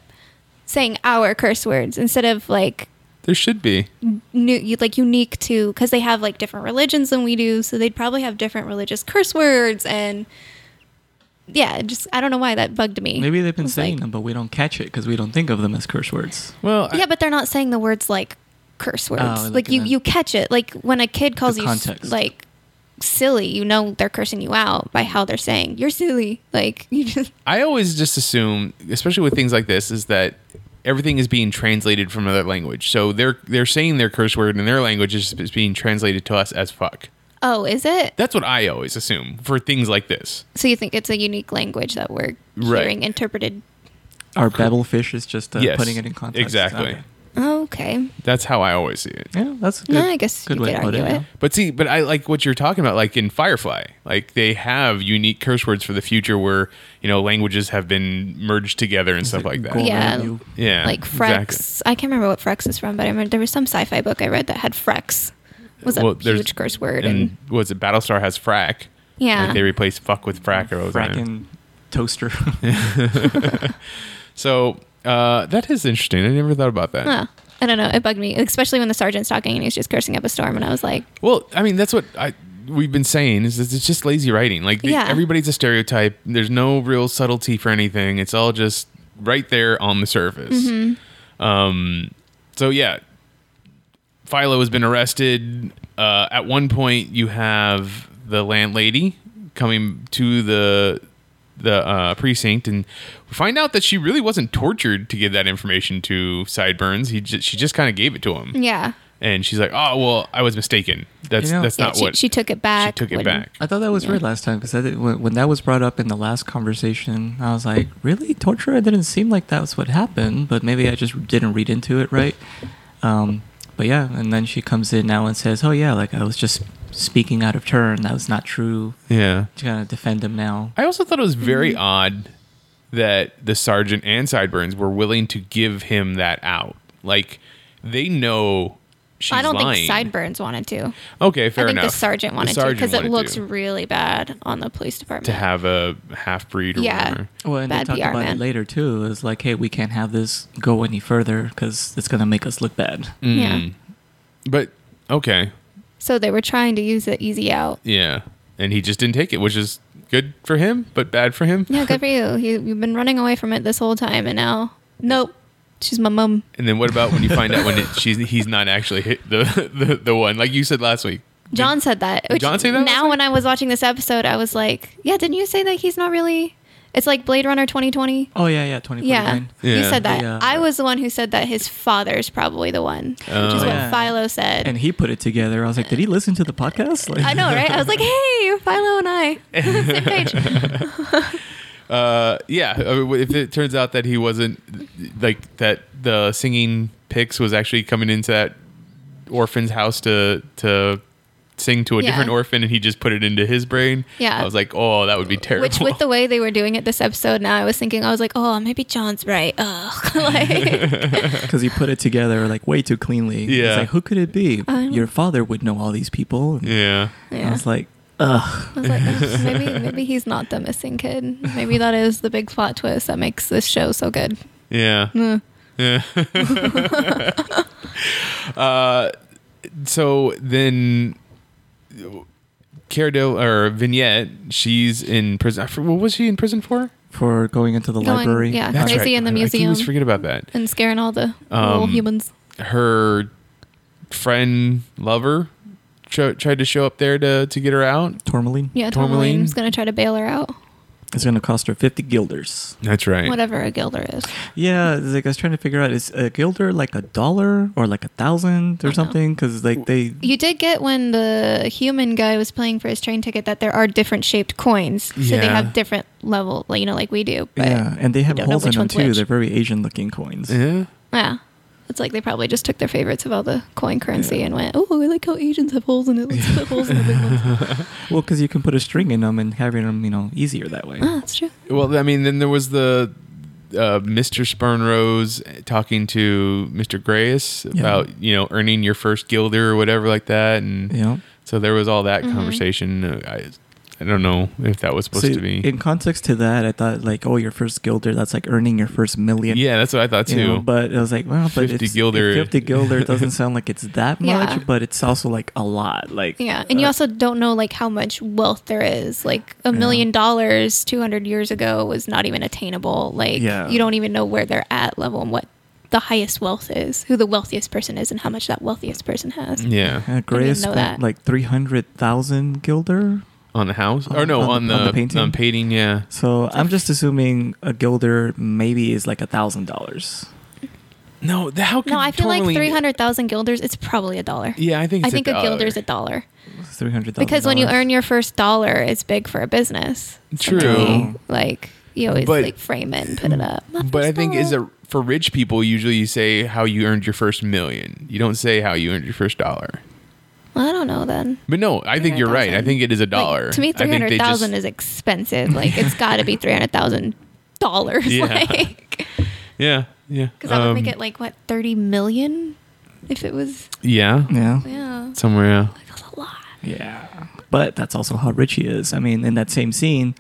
Speaker 4: saying our curse words instead of, like,
Speaker 3: There should be.
Speaker 4: new you- like unique to because they have like different religions than we do so they'd probably have different religious curse words and yeah just i don't know why that bugged me
Speaker 5: Maybe they've
Speaker 4: It
Speaker 5: been
Speaker 4: was
Speaker 5: saying
Speaker 4: like-
Speaker 5: them, but we don't catch it because we don't think of them as curse words.
Speaker 3: Well. I-
Speaker 4: yeah but they're not saying the words like curse words
Speaker 5: Oh, like
Speaker 4: like you
Speaker 5: in a-
Speaker 4: you catch it like when a kid calls
Speaker 5: The
Speaker 4: you s-
Speaker 5: context.
Speaker 4: like silly you know they're cursing you out by how they're saying you're silly like you just
Speaker 3: I always just assume, especially with things like this, is that everything is being translated from another language. So they're they're saying their curse word in their language is is being translated to us as fuck.
Speaker 4: oh is it
Speaker 3: That's what I always assume for things like this.
Speaker 4: so you think it's a unique language that we're
Speaker 3: Right.
Speaker 4: hearing interpreted
Speaker 5: Our babel fish is just uh,
Speaker 3: Yes,
Speaker 5: putting it in context.
Speaker 3: exactly.
Speaker 5: Okay.
Speaker 4: Oh, okay
Speaker 3: That's how I always see it.
Speaker 5: Yeah, that's a good.
Speaker 4: No, I guess
Speaker 5: good
Speaker 4: you
Speaker 5: way
Speaker 4: could
Speaker 5: to put it.
Speaker 4: argue it.
Speaker 5: yeah.
Speaker 3: But see, but I like what you're talking about, like in Firefly, like they have unique curse words for the future where, you know, languages have been merged together and stuff like that.
Speaker 5: Gold
Speaker 4: Yeah.
Speaker 5: menu.
Speaker 3: Yeah.
Speaker 4: like Frex.
Speaker 3: exactly.
Speaker 4: I can't remember what Frex is from, but I remember there was some sci-fi book I read that had Frex. Was a
Speaker 3: Well, there's-
Speaker 4: huge curse word, and,
Speaker 3: And was it Battlestar has frack?
Speaker 4: yeah,
Speaker 3: Like they replace fuck with frack or something.
Speaker 5: Fracking toaster.
Speaker 3: So uh, that is interesting. I never thought about that.
Speaker 4: Huh. I don't know. It bugged me, especially when the sergeant's talking and he's just cursing up a storm, and I was like,
Speaker 3: Well, I mean, that's what I we've been saying is that it's just lazy writing. Like they-
Speaker 4: Yeah.
Speaker 3: everybody's a stereotype. There's no real subtlety for anything. It's all just right there on the surface. Um, so yeah, Philo has been arrested. Uh, at one point, you have the landlady coming to the the uh, precinct, and we find out that she really wasn't tortured to give that information to Sideburns. He ju- she just kind of gave it to him
Speaker 4: yeah,
Speaker 3: and she's like, "Oh well, I was mistaken. That's
Speaker 5: You know-
Speaker 3: that's
Speaker 4: yeah.
Speaker 3: not
Speaker 4: she,
Speaker 3: what
Speaker 4: she took it back.
Speaker 3: took it
Speaker 4: when-
Speaker 3: back."
Speaker 5: I thought that was weird last time because when, when that was brought up in the last conversation, I was like, really? Torture? It didn't seem like that was what happened, but maybe I just didn't read into it right. Um, but yeah, and then she comes in now and says, oh yeah, like I was just speaking out of turn. That was not true.
Speaker 3: yeah,
Speaker 5: She's going to defend him now.
Speaker 3: I also thought it was very
Speaker 4: Mm-hmm.
Speaker 3: odd that the sergeant and Sideburns were willing to give him that out. Like they know she's
Speaker 4: I don't
Speaker 3: lying.
Speaker 4: think Sideburns wanted to.
Speaker 3: okay, fair
Speaker 4: I think
Speaker 3: enough.
Speaker 4: the sergeant wanted
Speaker 3: sergeant
Speaker 4: to because it
Speaker 3: wanted
Speaker 4: looks
Speaker 3: to,
Speaker 4: really bad on the police department.
Speaker 3: to have a half breed. or
Speaker 4: Yeah.
Speaker 3: whatever.
Speaker 5: Well, and
Speaker 4: Bad
Speaker 5: they talked
Speaker 4: PR,
Speaker 5: about
Speaker 4: man.
Speaker 5: it later too. It was like, hey, we can't have this go any further because it's going to make us look bad.
Speaker 3: Mm.
Speaker 4: yeah.
Speaker 3: but okay,
Speaker 4: So they were trying to use the easy out.
Speaker 3: yeah, and he just didn't take it, which is good for him, but bad for him.
Speaker 4: Yeah, good for you. you. You've been running away from it this whole time, and now, nope, she's my mom.
Speaker 3: And then what about when you find out when it, she's he's not actually hit the, the the one like you said last week?
Speaker 4: John said that. Which
Speaker 3: John say that last
Speaker 4: Now,
Speaker 3: week?
Speaker 4: when I was watching this episode, I was like, "Yeah, didn't you say that he's not really?" It's like Blade Runner 2020.
Speaker 5: Oh yeah, yeah, twenty forty
Speaker 4: Yeah.
Speaker 5: nine.
Speaker 4: you
Speaker 3: Yeah.
Speaker 4: said that.
Speaker 5: Yeah.
Speaker 4: I was the one who said that his father's probably the one,
Speaker 3: Oh.
Speaker 4: which is what
Speaker 5: Yeah.
Speaker 4: Philo said.
Speaker 5: And he put it together. I was like, did he listen to the podcast? Like,
Speaker 4: I know, right? I was like, "Hey, Philo and I, same page."
Speaker 3: uh, yeah, I mean, if it turns out that he wasn't like that, the singing Pix was actually coming into that orphan's house to to sing to a
Speaker 4: Yeah.
Speaker 3: different orphan, and he just put it into his brain.
Speaker 4: Yeah.
Speaker 3: I was like, oh, that would be terrible.
Speaker 4: Which, with the way they were doing it this episode, now I was thinking, I was like, "Oh, maybe John's right." Ugh. like,
Speaker 5: because he put it together like way too cleanly.
Speaker 3: Yeah.
Speaker 5: It's like, who could it be?
Speaker 4: don't-
Speaker 5: Your father would know all these people. And
Speaker 3: yeah,
Speaker 5: I
Speaker 4: yeah.
Speaker 5: was like, ugh.
Speaker 4: I was like, "Ugh, maybe, maybe he's not the missing kid. Maybe that is the big plot twist that makes this show so good.
Speaker 3: yeah, yeah. uh, so then. Cara Del- or Vignette, she's in prison. I for- What was she in prison for?
Speaker 5: for going into the
Speaker 4: Going-
Speaker 5: library.
Speaker 4: yeah.
Speaker 5: Uh,
Speaker 4: That's Crazy in the
Speaker 3: I- I
Speaker 4: museum.
Speaker 3: always forget about that.
Speaker 4: and scaring all the little
Speaker 3: Um,
Speaker 4: humans.
Speaker 3: Her friend, lover, tr- tried to show up there to, to get her out.
Speaker 5: Tourmaline.
Speaker 4: Yeah,
Speaker 3: Tourmaline.
Speaker 4: Tourmaline's gonna try to bail her out.
Speaker 5: It's going to cost her 50 guilders.
Speaker 3: That's right.
Speaker 4: Whatever a guilder is.
Speaker 5: Yeah, it's like I was trying to figure out is a guilder like a dollar or like a thousand or
Speaker 4: I know.
Speaker 5: something? Because like they
Speaker 4: You did get when the human guy was playing for his train ticket that there are different shaped coins, so they
Speaker 3: Yeah.
Speaker 4: have different level, like, you know, like we do. But
Speaker 5: yeah, and they have
Speaker 4: don't know
Speaker 5: holes in
Speaker 4: which
Speaker 5: them
Speaker 4: one's
Speaker 5: too.
Speaker 4: which.
Speaker 5: They're very Asian looking coins.
Speaker 3: Yeah.
Speaker 4: yeah, it's like they probably just took their favorites of all the coin currency
Speaker 5: Yeah.
Speaker 4: and went, "Oh, I like how Asians have holes in it. Let's put holes in the big ones."
Speaker 5: Well, because you can put a string in them and having them, you know, easier that way.
Speaker 4: Ah, that's true.
Speaker 3: Well, I mean, then there was the uh, Mr. Spernrose talking to Mr. Grayus
Speaker 5: Yeah.
Speaker 3: about you know earning your first guilder or whatever like that, and
Speaker 5: Yeah.
Speaker 3: so there was all
Speaker 4: Mm-hmm.
Speaker 3: that conversation. Uh, I, I don't know if that was supposed
Speaker 5: So
Speaker 3: to be.
Speaker 5: in context to that, I thought like, oh, your first guilder, that's like earning your first million.
Speaker 3: yeah, that's what I thought
Speaker 5: you
Speaker 3: too.
Speaker 5: know, but I was like, well, but
Speaker 3: 50
Speaker 5: it's,
Speaker 3: guilder.
Speaker 5: 50 guilder doesn't sound like it's that much,
Speaker 4: Yeah.
Speaker 5: but it's also like a lot. Like uh,
Speaker 4: Yeah, and you
Speaker 3: Uh,
Speaker 4: also don't know like how much wealth there is. Like a million dollars 200 years ago was not even attainable. Like
Speaker 5: Yeah.
Speaker 4: you don't even know where they're at level and what the highest wealth is, who the wealthiest person is and how much that wealthiest person has.
Speaker 3: yeah,
Speaker 5: Uh, Gray
Speaker 4: know
Speaker 5: spent
Speaker 4: that.
Speaker 5: like 300,000 guilder.
Speaker 3: on the house or
Speaker 5: On-
Speaker 3: no,
Speaker 5: on
Speaker 3: on,
Speaker 5: the-
Speaker 3: the,
Speaker 5: on the painting?
Speaker 3: on painting. Yeah,
Speaker 5: So I'm just assuming a guilder maybe is like a thousand dollars.
Speaker 3: no, th- how could
Speaker 4: No, I feel like
Speaker 3: Tourmaline-
Speaker 4: 300,000 guilders, it's probably a dollar.
Speaker 3: Yeah, I think
Speaker 4: I
Speaker 3: it's
Speaker 4: think a,
Speaker 3: dollar.
Speaker 4: guilder's a dollar.
Speaker 5: Three hundred thousand.
Speaker 4: Because when you earn your first dollar, it's big for a business.
Speaker 3: True.
Speaker 4: So maybe, like you always
Speaker 3: But- Mm.
Speaker 4: like frame it and put it up. My
Speaker 3: But I
Speaker 4: first
Speaker 3: think is
Speaker 4: dollar.
Speaker 3: a for rich people usually you say how you earned your first million. You don't say how you earned your first dollar.
Speaker 4: I don't know then.
Speaker 3: But no, I think you're right. I
Speaker 4: 300,000.
Speaker 3: think it is a
Speaker 4: Like,
Speaker 3: dollar.
Speaker 4: to me,
Speaker 3: I think
Speaker 4: three
Speaker 3: they
Speaker 4: hundred thousand
Speaker 3: just-
Speaker 4: is expensive. Like it's got to be three hundred thousand dollars.
Speaker 3: Yeah.
Speaker 4: Like
Speaker 3: yeah, yeah.
Speaker 4: because that would make
Speaker 3: Um,
Speaker 4: it like what thirty million if it was.
Speaker 3: yeah,
Speaker 5: yeah,
Speaker 4: Yeah,
Speaker 3: somewhere. Yeah.
Speaker 4: that's a lot.
Speaker 5: yeah. But that's also how rich he is. I mean, in that same scene,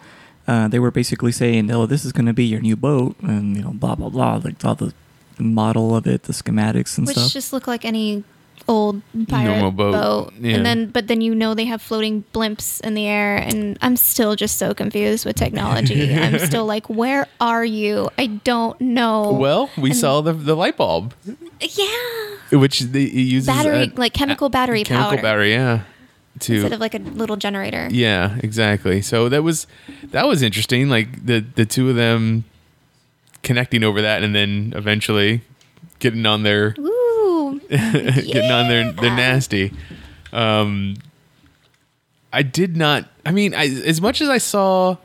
Speaker 5: uh, they were basically saying, "Oh, this is going to be your new boat," and you know, blah blah blah, like all the model of it, the schematics and
Speaker 4: Which
Speaker 5: stuff.
Speaker 4: just look like any old pirate
Speaker 3: Normal boat.
Speaker 4: boat.
Speaker 3: Yeah.
Speaker 4: And then, but then you know they have floating blimps in the air, and I'm still just so confused with technology. I'm still like, where are you? I don't know.
Speaker 3: Well, we
Speaker 4: And-
Speaker 3: saw the the light bulb,
Speaker 4: yeah,
Speaker 3: which they, it uses
Speaker 4: battery
Speaker 3: a-
Speaker 4: like chemical battery
Speaker 3: chemical
Speaker 4: power
Speaker 3: battery. Yeah. To
Speaker 4: instead of like a little generator.
Speaker 3: yeah, exactly. So that was that was interesting. Like the the two of them connecting over that, and then eventually getting on their
Speaker 4: Ooh.
Speaker 3: getting on their their nasty. Um, I did not. I mean, I, as much as I saw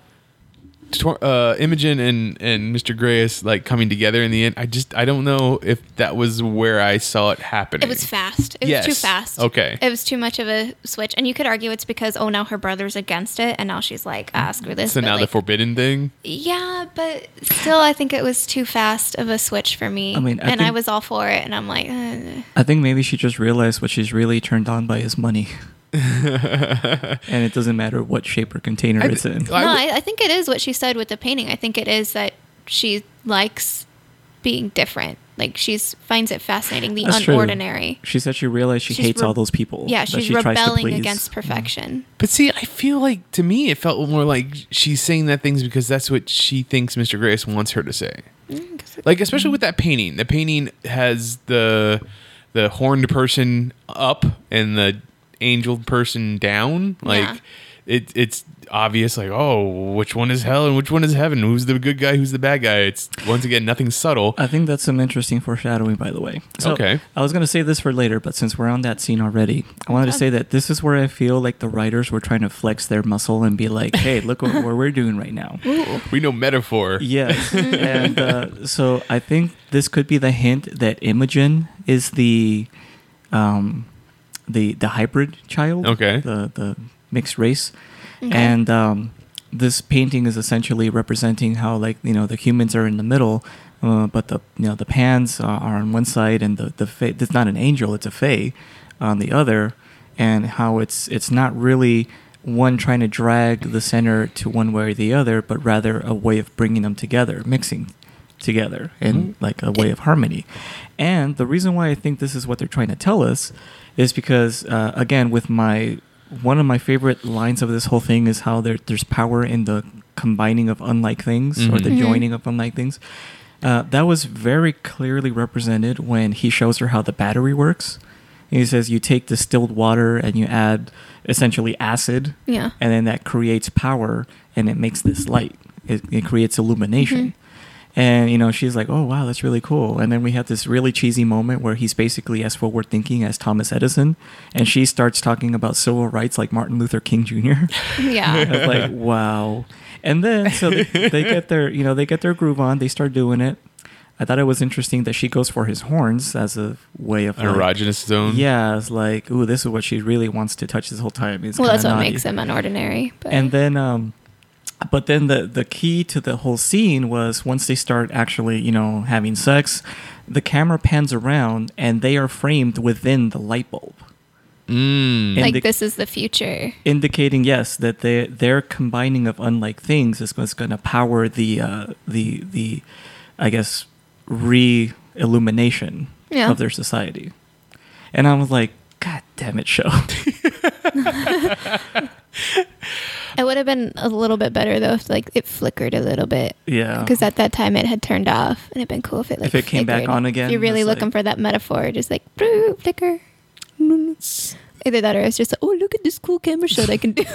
Speaker 3: Tor- uh, Imogen and and Mr. Grayus like coming together in the end, I just I don't know if that was where I saw it happening.
Speaker 4: It was fast. It was
Speaker 3: Yes.
Speaker 4: too fast.
Speaker 3: Okay.
Speaker 4: It was too much of a switch. And you could argue it's because, oh, now her brother's against it. And now she's like, ah, screw this.
Speaker 3: so
Speaker 4: But,
Speaker 3: now the
Speaker 4: like,
Speaker 3: forbidden thing.
Speaker 4: Yeah, but still, I think it was too fast of a switch for me.
Speaker 5: I mean, I
Speaker 4: and I
Speaker 5: think-
Speaker 4: was all for it. And I'm like, eh.
Speaker 5: I think maybe she just realized what she's really turned on by is money. and it doesn't matter what shape or container
Speaker 3: I-
Speaker 5: it's in.
Speaker 3: I
Speaker 4: no,
Speaker 3: would-
Speaker 4: I, I think it is what she said with the painting. I think it is that she likes being different. Like, she finds it fascinating, the
Speaker 5: That's true.
Speaker 4: unordinary.
Speaker 5: She said she realized she
Speaker 4: She's
Speaker 5: hates
Speaker 4: re-
Speaker 5: all those people.
Speaker 4: Yeah,
Speaker 5: that
Speaker 4: she's
Speaker 5: she tries to
Speaker 4: rebelling
Speaker 5: please. Mm.
Speaker 4: against perfection.
Speaker 3: But see, I feel like to me it felt more like she's saying that things because that's what she thinks Mr. Grayus wants her to say.
Speaker 5: Mm,
Speaker 3: Like
Speaker 4: Mm-hmm.
Speaker 3: especially with that painting. The painting has the the horned person up and the angel person down. Like
Speaker 4: Yeah.
Speaker 3: it it's obvious like oh which one is hell and which one is heaven who's the good guy who's the bad guy it's once again nothing subtle
Speaker 5: I think that's some interesting foreshadowing, by the way. So,
Speaker 3: Okay.
Speaker 5: I was going to say this for later, but since we're on that scene already, I wanted to say that this is where I feel like the writers were trying to flex their muscle and be like, hey, look what, what we're doing right now.
Speaker 4: Oh.
Speaker 3: we know metaphor
Speaker 5: Yes. and uh, so I think this could be the hint that Imogen is the um, the the hybrid child.
Speaker 3: Okay.
Speaker 5: The the mixed race. And um, this painting is essentially representing how like, you know, the humans are in the middle, uh, but the you know, the pans uh, are on one side and the the fae, it's not an angel, it's a fae on the other and how it's it's not really one trying to drag the center to one way or the other, but rather a way of bringing them together, mixing together in like a way of harmony. And the reason why I think this is what they're trying to tell us is because, uh, again, with my one of my favorite lines of this whole thing is how there, there's power in the combining of unlike things or the joining of unlike things. Uh, that was very clearly represented when he shows her how the battery works. He says you take distilled water and you add essentially acid,
Speaker 4: Yeah.
Speaker 5: and then that creates power and it makes this light. It, it creates
Speaker 4: Mm-hmm.
Speaker 5: illumination. And you know, she's like, "Oh wow, that's really cool." And then we have this really cheesy moment where he's basically as forward thinking as Thomas Edison, and she starts talking about civil rights like Martin Luther King Jr. I
Speaker 4: Yeah.
Speaker 5: was like, wow. And then so they, they get their you know they get their groove on. They start doing it. I thought it was interesting that she goes for his horns as a way of
Speaker 3: An
Speaker 5: like-
Speaker 3: erogenous zone.
Speaker 5: Yeah, it's like, ooh, this is what she really wants to touch this whole time. It's
Speaker 4: well, that's
Speaker 5: kinda
Speaker 4: what
Speaker 5: naughty.
Speaker 4: makes him unordinary. But
Speaker 5: And then, um, but then the the key to the whole scene was once they start actually, you know, having sex, the camera pans around and they are framed within the light bulb,
Speaker 3: Mm.
Speaker 5: and
Speaker 4: like
Speaker 5: the-
Speaker 4: this is the future.
Speaker 5: indicating yes that they, their combining of unlike things is what's going to power the uh, the the, I guess, re illumination
Speaker 4: Yeah.
Speaker 5: of their society. And I was like, God damn it, show.
Speaker 4: It would have been a little bit better though if like it flickered a little bit.
Speaker 5: yeah,
Speaker 4: Because at that time it had turned off, and it'd been cool if it like
Speaker 5: Uh-huh. If it came back
Speaker 4: flickered.
Speaker 5: on again,
Speaker 4: If you're really
Speaker 5: it's
Speaker 4: looking
Speaker 5: like-
Speaker 4: for that metaphor, just like "Brrr, flicker. Either that or it's just oh look at this cool camera shot I can do.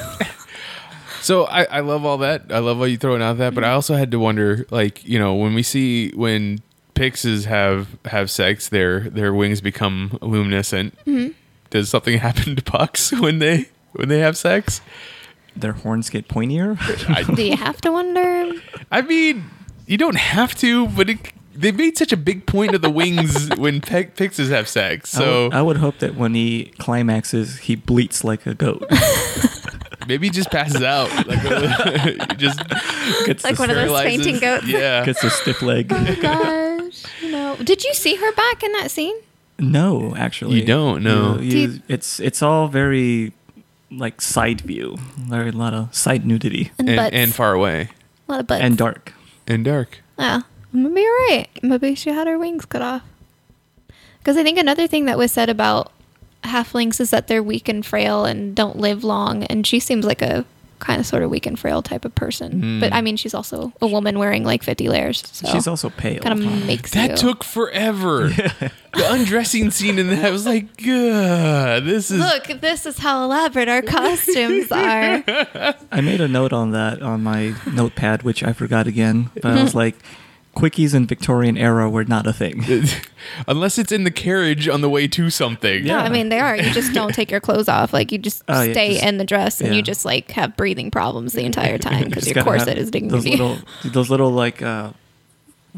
Speaker 3: So I, I love all that. I love all you throwing out that, but
Speaker 4: Mm-hmm.
Speaker 3: I also had to wonder, like, you know, when we see when pixies have have sex, their their wings become luminescent.
Speaker 4: Mm-hmm.
Speaker 3: Does something happen to pucks when they when they have sex?
Speaker 5: their horns get pointier.
Speaker 4: do you have to wonder?
Speaker 3: I mean, you don't have to, but it, they made such a big point of the wings when pe- pixies have sex.
Speaker 5: I
Speaker 3: So
Speaker 5: would, I would hope that when he climaxes, he bleats like a goat.
Speaker 3: maybe he just passes out, like a- just
Speaker 5: gets
Speaker 4: Like
Speaker 5: the
Speaker 4: one of those
Speaker 3: realizes-
Speaker 4: fainting goats.
Speaker 3: Yeah,
Speaker 5: gets a stiff leg.
Speaker 4: Oh gosh, no. Did you see her back in that scene?
Speaker 5: No, actually,
Speaker 3: You don't, no.
Speaker 5: You- you- it's it's all very like side view. Very a lot of side nudity
Speaker 4: And,
Speaker 3: and,
Speaker 4: butts.
Speaker 3: and far away
Speaker 4: a lot of butts.
Speaker 5: and dark.
Speaker 3: and dark.
Speaker 4: Yeah, maybe you're right. Maybe she had her wings cut off. Because I think another thing that was said about halflings is that they're weak and frail and don't live long. And she seems like a kind of sort of weak and frail type of person. But I mean, she's also a woman wearing like 50 layers. So
Speaker 5: Hmm. She's also pale.
Speaker 4: kind of makes
Speaker 3: That
Speaker 4: you.
Speaker 3: took forever. the undressing scene in that I was like, "Ugh, this is
Speaker 4: Look, this is how elaborate our costumes are.
Speaker 5: I made a note on that on my notepad, which I forgot again. But
Speaker 4: Mm-hmm.
Speaker 5: I was like, quickies in Victorian era were not a thing.
Speaker 3: unless it's in the carriage on the way to something.
Speaker 4: No, I mean, they are. You just don't take your clothes off. Like, you just
Speaker 5: Oh, yeah,
Speaker 4: stay
Speaker 5: just-
Speaker 4: in the dress and
Speaker 5: yeah.
Speaker 4: you just like have breathing problems the entire time
Speaker 5: You
Speaker 4: because
Speaker 5: just
Speaker 4: your
Speaker 5: gotta
Speaker 4: corset
Speaker 5: have
Speaker 4: is
Speaker 5: Those
Speaker 4: dignity.
Speaker 5: little, those little like uh,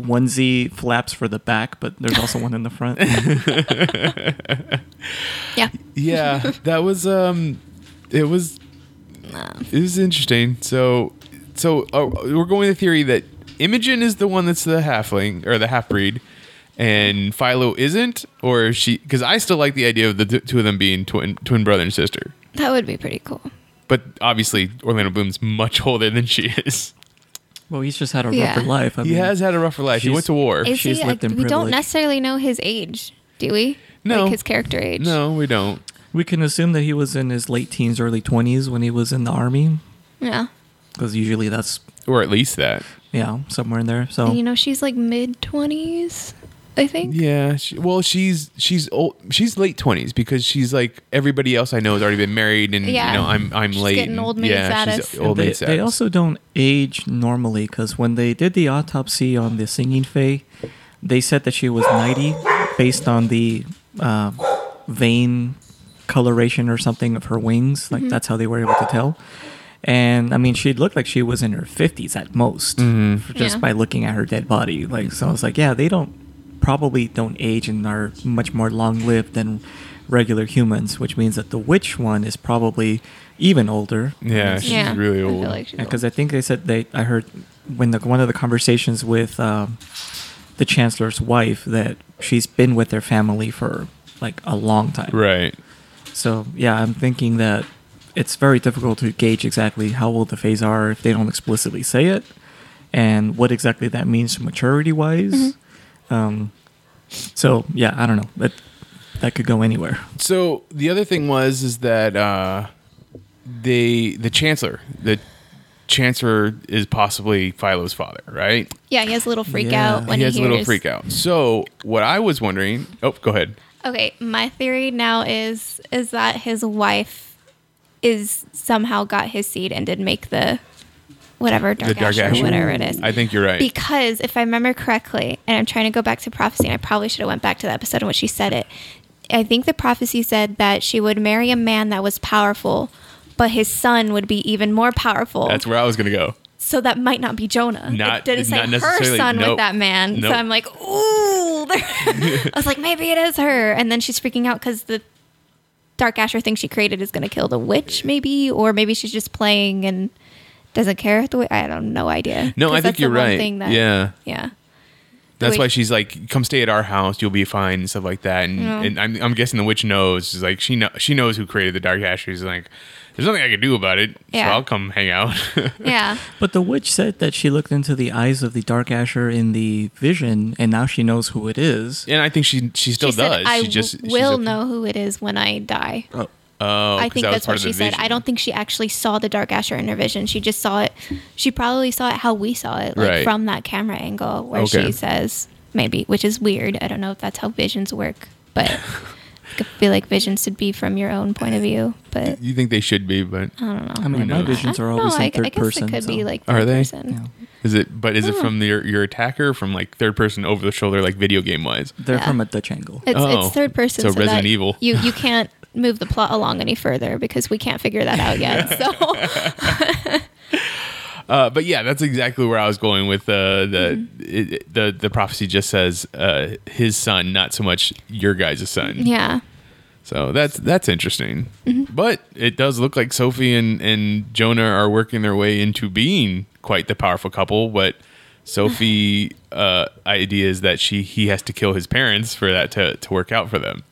Speaker 5: onesie flaps for the back, but there's also one in the front.
Speaker 4: yeah.
Speaker 3: Yeah, that was um, it was it was interesting. So, so uh, we're going with the theory that Imogen is the one that's the halfling or the half breed, and Philo isn't, or is she because I still like the idea of the t- two of them being twin twin brother and sister.
Speaker 4: That would be pretty cool.
Speaker 3: But obviously, Orlando Bloom's much older than she is.
Speaker 5: well, he's just had a
Speaker 4: Yeah.
Speaker 5: rougher life. I
Speaker 3: He
Speaker 5: mean,
Speaker 3: has had a rougher life. He
Speaker 5: she's-
Speaker 3: went to war.
Speaker 4: Is
Speaker 5: She's
Speaker 4: he,
Speaker 5: lived
Speaker 4: like,
Speaker 5: in
Speaker 4: we don't
Speaker 5: privilege.
Speaker 4: necessarily know his age, do we?
Speaker 3: No.
Speaker 4: Like his character age.
Speaker 3: No, we don't.
Speaker 5: We can assume that he was in his late teens, early 20s when he was in the army,
Speaker 4: Yeah.
Speaker 5: because usually that's,
Speaker 3: Or at least that.
Speaker 5: yeah, somewhere in there. So,
Speaker 4: And, you know, she's like mid 20s, I think.
Speaker 3: Yeah. She, well, she's she's old. She's late twenties because she's like everybody else I know has already been married, and
Speaker 4: Yeah.
Speaker 3: you know I'm I'm
Speaker 4: She's
Speaker 3: late.
Speaker 4: getting
Speaker 3: and-
Speaker 4: old maid
Speaker 3: yeah, she's
Speaker 4: status.
Speaker 3: old
Speaker 5: they,
Speaker 3: maid status.
Speaker 5: they also don't age normally, because when they did the autopsy on the singing fay, they said that she was 90 based on the uh, vein coloration or something of her wings. Like, that's how they were able to tell. And I mean, she looked like she was in her 50s at most, f- just
Speaker 4: Yeah.
Speaker 5: by looking at her dead body. Like, so I was like, yeah, they don't probably don't age and are much more long lived than regular humans, which means that the witch one is probably even older.
Speaker 3: yeah, she's
Speaker 4: yeah.
Speaker 3: really
Speaker 4: I feel
Speaker 3: old.
Speaker 4: like she's old.
Speaker 5: Because I think they said they, I heard when the, one of the conversations with um, the chancellor's wife that she's been with their family for like a long time.
Speaker 3: right.
Speaker 5: So yeah, I'm thinking that it's very difficult to gauge exactly how old the phase are if they don't explicitly say it, and what exactly that means maturity wise. Um, so yeah, I don't know. That that could go anywhere.
Speaker 3: So the other thing was is that uh, they the chancellor the Chancellor is possibly Philo's father, right?
Speaker 4: Yeah, he has a little freak
Speaker 5: Yeah.
Speaker 4: out when
Speaker 3: he
Speaker 4: he,
Speaker 3: has a little
Speaker 4: hears-
Speaker 3: freak out. So what I was wondering, oh, go ahead.
Speaker 4: Okay, my theory now is is that his wife is somehow got his seed and did make the whatever dark,
Speaker 3: The dark
Speaker 4: Ash or
Speaker 3: Ash.
Speaker 4: whatever it is.
Speaker 3: I think you're right.
Speaker 4: because if I remember correctly, and I'm trying to go back to prophecy, and I probably should have went back to the episode in which she said it. I think the prophecy said that she would marry a man that was powerful, but his son would be even more powerful.
Speaker 3: That's where I was gonna go.
Speaker 4: so that might not be Jonah.
Speaker 3: Not-
Speaker 4: it didn't say
Speaker 3: not
Speaker 4: her
Speaker 3: necessarily.
Speaker 4: son
Speaker 3: Nope.
Speaker 4: with that man.
Speaker 3: Nope.
Speaker 4: So I'm like, ooh. there- I was like, maybe it is her. And then she's freaking out because the Dark Asher thing she created is going to kill the witch, maybe, or maybe she's just playing and doesn't care the way. I don't no idea.
Speaker 3: No,
Speaker 4: 'Cause
Speaker 3: I think
Speaker 4: that's the
Speaker 3: you're
Speaker 4: one
Speaker 3: right.
Speaker 4: thing that-
Speaker 3: yeah,
Speaker 4: yeah.
Speaker 3: that's
Speaker 4: wait.
Speaker 3: why she's like, "Come stay at our house. You'll be fine," and stuff like that. And, and I'm, I'm guessing the witch knows. She's like, she know, she knows who created the dark ash. She's like, "There's nothing I can do about it. So
Speaker 4: Yeah.
Speaker 3: I'll come hang out."
Speaker 4: Yeah.
Speaker 5: But the witch said that she looked into the eyes of the Dark Asher in the vision, and now she knows who it is.
Speaker 3: and I think she she still
Speaker 4: she
Speaker 3: does.
Speaker 4: Said, I
Speaker 3: she just she's
Speaker 4: will
Speaker 3: a-
Speaker 4: know who it is when I die.
Speaker 3: Oh,
Speaker 4: I
Speaker 3: 'cause
Speaker 4: think
Speaker 3: that was
Speaker 4: that's
Speaker 3: part
Speaker 4: what
Speaker 3: of
Speaker 4: she
Speaker 3: the
Speaker 4: said.
Speaker 3: vision.
Speaker 4: I don't think she actually saw the Dark Asher in her vision. She just saw it. She probably saw it how we saw it, like
Speaker 3: Right.
Speaker 4: from that camera angle where
Speaker 3: Okay.
Speaker 4: she says maybe, which is weird. I don't know if that's how visions work, but I feel like visions should be from your own point of view. But
Speaker 3: You think they should be, but
Speaker 5: I mean, my
Speaker 3: knows?
Speaker 5: visions are
Speaker 4: I don't
Speaker 5: always
Speaker 4: know,
Speaker 5: in
Speaker 4: I,
Speaker 5: third
Speaker 4: I guess
Speaker 5: person.
Speaker 4: It could
Speaker 5: so-
Speaker 4: be like
Speaker 3: Are
Speaker 4: third
Speaker 3: they?
Speaker 4: person.
Speaker 5: Yeah.
Speaker 3: is it? But is it from the, your your attacker, or from like third person over the shoulder, like video game wise?
Speaker 5: They're
Speaker 4: Yeah.
Speaker 5: from a Dutch angle.
Speaker 4: It's,
Speaker 3: Oh,
Speaker 4: it's third person.
Speaker 3: so
Speaker 4: that
Speaker 3: Resident Evil.
Speaker 4: You you can't move the plot along any further because we can't figure that out yet. So
Speaker 3: Uh, but yeah, that's exactly where I was going with uh, the it, it- the the prophecy. Just says uh, his son, not so much your guy's son.
Speaker 4: yeah.
Speaker 3: So that's that's interesting. But it does look like Sophie and and Jonah are working their way into being quite the powerful couple. But Sophie' uh, idea is that she he has to kill his parents for that to to work out for them.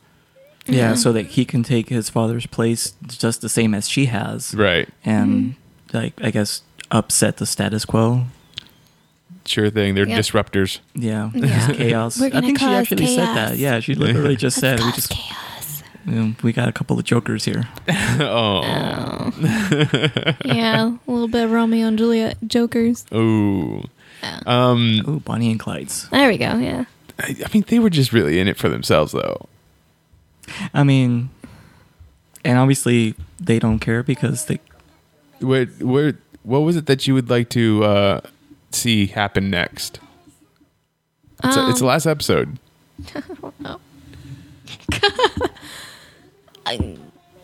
Speaker 5: Yeah, so that he can take his father's place just the same as she has.
Speaker 3: Right.
Speaker 5: And,
Speaker 4: Mm-hmm.
Speaker 5: like, I guess upset the status quo.
Speaker 3: Sure thing. They're
Speaker 4: Yep.
Speaker 3: disruptors.
Speaker 5: Yeah.
Speaker 4: Yeah.
Speaker 5: chaos.
Speaker 4: We're
Speaker 5: I
Speaker 4: gonna
Speaker 5: think she
Speaker 4: cause
Speaker 5: actually said
Speaker 4: chaos.
Speaker 5: that. Yeah, she literally just said we just
Speaker 4: chaos.
Speaker 5: you know, we got a couple of jokers here.
Speaker 3: oh.
Speaker 4: yeah, a little bit of Romeo and Juliet jokers.
Speaker 3: Ooh. Um,
Speaker 5: Ooh, Bonnie and Clyde's.
Speaker 4: There we go. Yeah.
Speaker 3: I, I mean, they were just really in it for themselves, though.
Speaker 5: I mean, and obviously they don't care because they
Speaker 3: What what what was it that you would like to uh, see happen next? It's, it's
Speaker 4: Um,
Speaker 3: the last episode.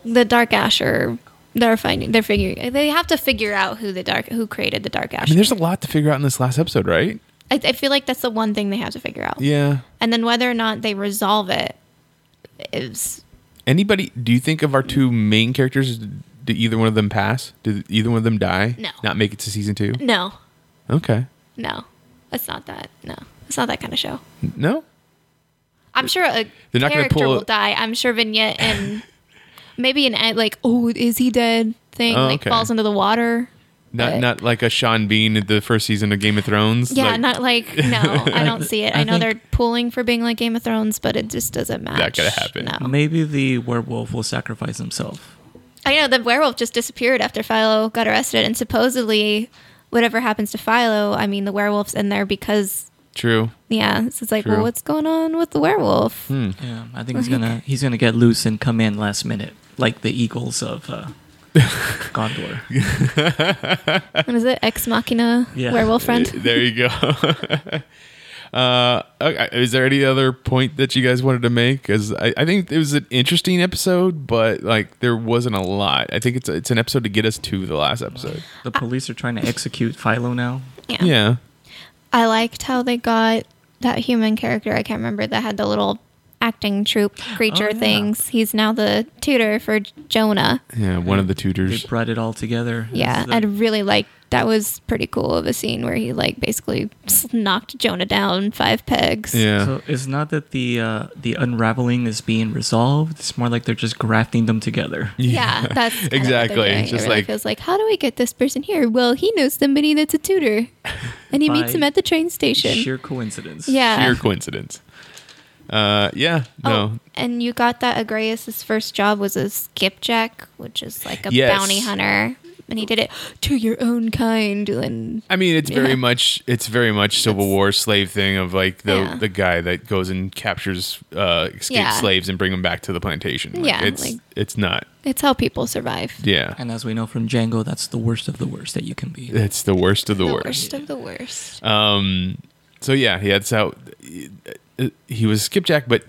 Speaker 4: The Dark Asher. They're finding. They're figuring. They have to figure out who the dark who created the Dark
Speaker 3: I
Speaker 4: Asher.
Speaker 3: mean, there's a lot to figure out in this last episode, right?
Speaker 4: I, I feel like that's the one thing they have to figure out.
Speaker 3: Yeah.
Speaker 4: And then whether or not they resolve it is
Speaker 3: Anybody? Do you think of our two main characters? Did either one of them pass? Did either one of them die?
Speaker 4: No.
Speaker 3: Not make it to season two?
Speaker 4: no,
Speaker 3: Okay.
Speaker 4: no. It's not that. No, it's not that kind of show.
Speaker 3: No.
Speaker 4: I'm sure a
Speaker 3: They're not gonna
Speaker 4: character
Speaker 3: pull-
Speaker 4: will die. I'm sure Vignette and maybe an ad- like oh is he dead thing
Speaker 3: Oh,
Speaker 4: like
Speaker 3: okay.
Speaker 4: falls into the water.
Speaker 3: Not
Speaker 4: But-
Speaker 3: not like a Sean Bean at the first season of Game of Thrones.
Speaker 4: Uh, Yeah,
Speaker 3: like,
Speaker 4: not like no, I don't see it. I,
Speaker 5: I
Speaker 4: know
Speaker 5: think-
Speaker 4: they're pulling for being like Game of Thrones, but it just doesn't match.
Speaker 3: gonna happen.
Speaker 4: No,
Speaker 5: maybe the werewolf will sacrifice himself.
Speaker 4: I know the werewolf just disappeared after Philo got arrested, and supposedly, whatever happens to Philo, I mean, the werewolf's in there because
Speaker 3: true.
Speaker 4: yeah, so it's like,
Speaker 3: True.
Speaker 4: well, what's going on with the werewolf?
Speaker 5: Yeah, I think he's gonna he's gonna get loose and come in last minute, like the eagles of uh, Gondor.
Speaker 4: What is it? Ex Machina
Speaker 5: Yeah.
Speaker 4: werewolf friend.
Speaker 3: There you go. uh, okay, is there any other point that you guys wanted to make? Because I, I think it was an interesting episode, but like there wasn't a lot. I think it's it's an episode to get us to the last episode.
Speaker 5: The police are trying to execute Philo now.
Speaker 4: Yeah.
Speaker 3: Yeah.
Speaker 4: I liked how they got that human character. I can't remember that had the little acting troupe creature
Speaker 5: Oh, yeah.
Speaker 4: things. He's now the tutor for Jonah.
Speaker 3: Yeah, one of the
Speaker 5: They
Speaker 3: tutors.
Speaker 5: brought it all together.
Speaker 4: Yeah,
Speaker 5: It's
Speaker 4: I
Speaker 5: the-
Speaker 4: really liked that was pretty cool of a scene where he like basically s- knocked Jonah down five pegs.
Speaker 3: Yeah.
Speaker 5: so it's not that the uh, the unraveling is being resolved. It's more like they're just grafting them together.
Speaker 4: Yeah, that's kinda what they're
Speaker 3: Exactly.
Speaker 4: doing.
Speaker 3: It's just
Speaker 4: it really
Speaker 3: like-
Speaker 4: feels like how do we get this person here? Well, he knows somebody that's a tutor, and he meets
Speaker 5: By
Speaker 4: him at the train station.
Speaker 5: Sheer coincidence.
Speaker 4: yeah,
Speaker 3: Sheer coincidence. Uh, yeah.
Speaker 4: Oh,
Speaker 3: No.
Speaker 4: and you got that Agrius's first job was a skipjack, which is like a
Speaker 3: Yes.
Speaker 4: bounty hunter. and he did it to your own kind. And
Speaker 3: I mean, it's very
Speaker 4: Yeah.
Speaker 3: much it's very much Civil War slave thing of like the
Speaker 4: Yeah.
Speaker 3: the guy that goes and captures uh, escaped
Speaker 4: Yeah.
Speaker 3: slaves and bring them back to the plantation. Like,
Speaker 4: Yeah,
Speaker 3: it's
Speaker 4: like-
Speaker 3: it's not.
Speaker 4: it's how people survive.
Speaker 3: Yeah,
Speaker 5: And as we know from Django, that's the worst of the worst that you can be.
Speaker 3: it's the worst of the,
Speaker 4: The
Speaker 3: worst.
Speaker 4: worst of the worst.
Speaker 3: Um, so yeah, yeah, that's how he was skipjack, but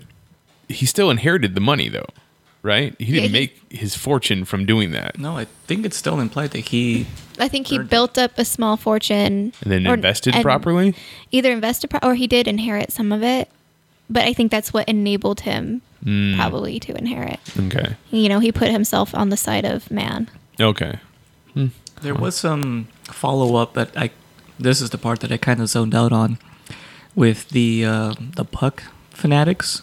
Speaker 3: he still inherited the money though, right? He didn't
Speaker 4: Yeah, he-
Speaker 3: make his fortune from doing that
Speaker 5: No, I think it's still implied that he
Speaker 4: I think he
Speaker 5: Burned it.
Speaker 4: built up a small fortune
Speaker 3: and then
Speaker 4: or-
Speaker 3: invested
Speaker 4: and
Speaker 3: properly.
Speaker 4: Either invested pro- or he did inherit some of it, but I think that's what enabled him
Speaker 3: Hmm.
Speaker 4: probably to inherit.
Speaker 3: Okay,
Speaker 4: You know, he put himself on the side of man.
Speaker 3: okay.
Speaker 5: There was some follow up that I. This is the part that I kind of zoned out on, with the uh, the puck fanatics.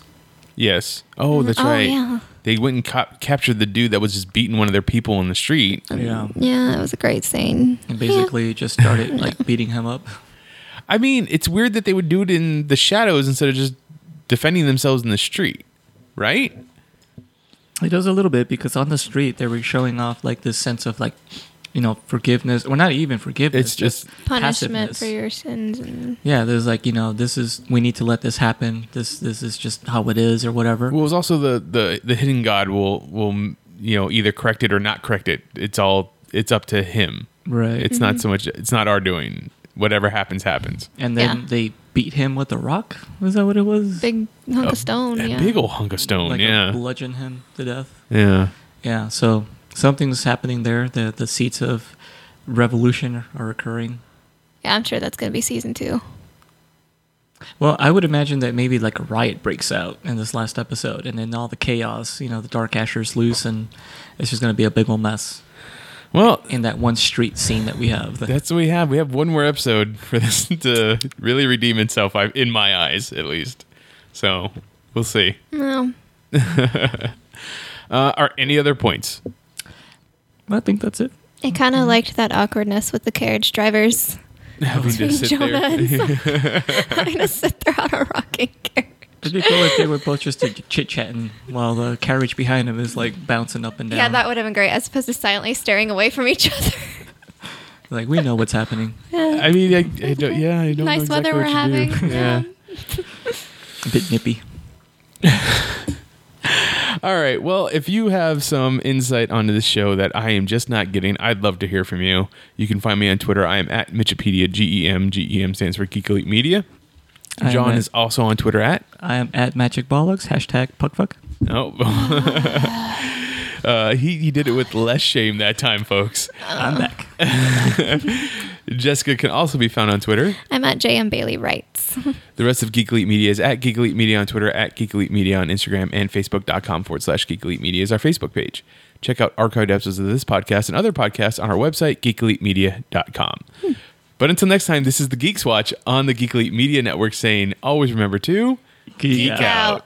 Speaker 3: Yes. Oh, that's
Speaker 4: oh,
Speaker 3: right.
Speaker 4: yeah.
Speaker 3: They went and cop captured the dude that was just beating one of their people in the street.
Speaker 5: Yeah,
Speaker 4: Yeah, it was a great scene.
Speaker 5: and basically just started like beating him up.
Speaker 3: I mean, it's weird that they would do it in the shadows instead of just defending themselves in the street, right?
Speaker 5: It does a little bit because on the street they were showing off like this sense of like, you know, forgiveness or not even forgiveness.
Speaker 3: It's just-
Speaker 4: Punishment
Speaker 5: passiveness.
Speaker 4: for your sins. And
Speaker 5: Yeah, there's like you know this is we need to let this happen. This this is just how it is or whatever.
Speaker 3: Well, it's also the the the hidden god will will you know either correct it or not correct it. It's all it's up to him.
Speaker 5: right.
Speaker 3: It's
Speaker 4: Mm-hmm.
Speaker 3: not so much. It's not our doing. Whatever happens, happens.
Speaker 5: and then
Speaker 4: Yeah.
Speaker 5: they beat him with a rock. Was that what it was?
Speaker 4: big hunk of stone.
Speaker 3: A
Speaker 4: yeah.
Speaker 3: Oh, big old hunk of stone.
Speaker 5: like
Speaker 3: Oh, yeah.
Speaker 5: bludgeon him to death.
Speaker 3: yeah.
Speaker 5: Yeah, so something's happening there. The the seeds of revolution are occurring.
Speaker 4: yeah, I'm sure that's going to be season two.
Speaker 5: Well, I would imagine that maybe like a riot breaks out in this last episode, and then all the chaos, you know, the Dark Asher's loose, and it's just going to be a big old mess
Speaker 3: Well,
Speaker 5: in that one street scene that we have.
Speaker 3: that's what we have. We have one more episode for this to really redeem itself. I, in my eyes, at least. So we'll see.
Speaker 4: No.
Speaker 3: Uh, are any other points?
Speaker 5: I think that's it.
Speaker 4: I kind of liked that awkwardness with the carriage drivers.
Speaker 3: Having to sit there.
Speaker 4: Having to sit there on a rocking carriage.
Speaker 5: It'd be cool if they were both just chit chatting while the carriage behind them is like bouncing up and down.
Speaker 4: Yeah, that would have been great, as opposed to silently staring away from each other.
Speaker 5: like we know what's happening.
Speaker 3: I mean, I, I don't, yeah, I don't
Speaker 4: Nice
Speaker 3: know exactly
Speaker 4: weather we're
Speaker 3: what you do.
Speaker 4: having.
Speaker 3: Yeah.
Speaker 5: A bit nippy.
Speaker 3: All right. Well, if you have some insight onto the show that I am just not getting, I'd love to hear from you. You can find me on Twitter. I am at Michipedia, G E M. G E M stands for Geek Elite Media.
Speaker 5: I am
Speaker 3: John
Speaker 5: at-
Speaker 3: is also on Twitter at.
Speaker 5: I am at Magic Bollocks hashtag Puckfuck.
Speaker 3: Oh. uh, he, he did it with less shame that time, folks.
Speaker 5: I'm back.
Speaker 3: Jessica can also be found on Twitter.
Speaker 4: I'm at JM Bailey Writes.
Speaker 3: The rest of Geek Elite Media is at Geek Elite Media on Twitter, at Geek Elite Media on Instagram, and Facebook.com forward slash Geek Elite Media is our Facebook page. Check out archived episodes of this podcast and other podcasts on our website, geekelitemedia.com. But until next time, this is the Geeks Watch on the Geek Elite Media Network saying, always remember to
Speaker 5: Geek out.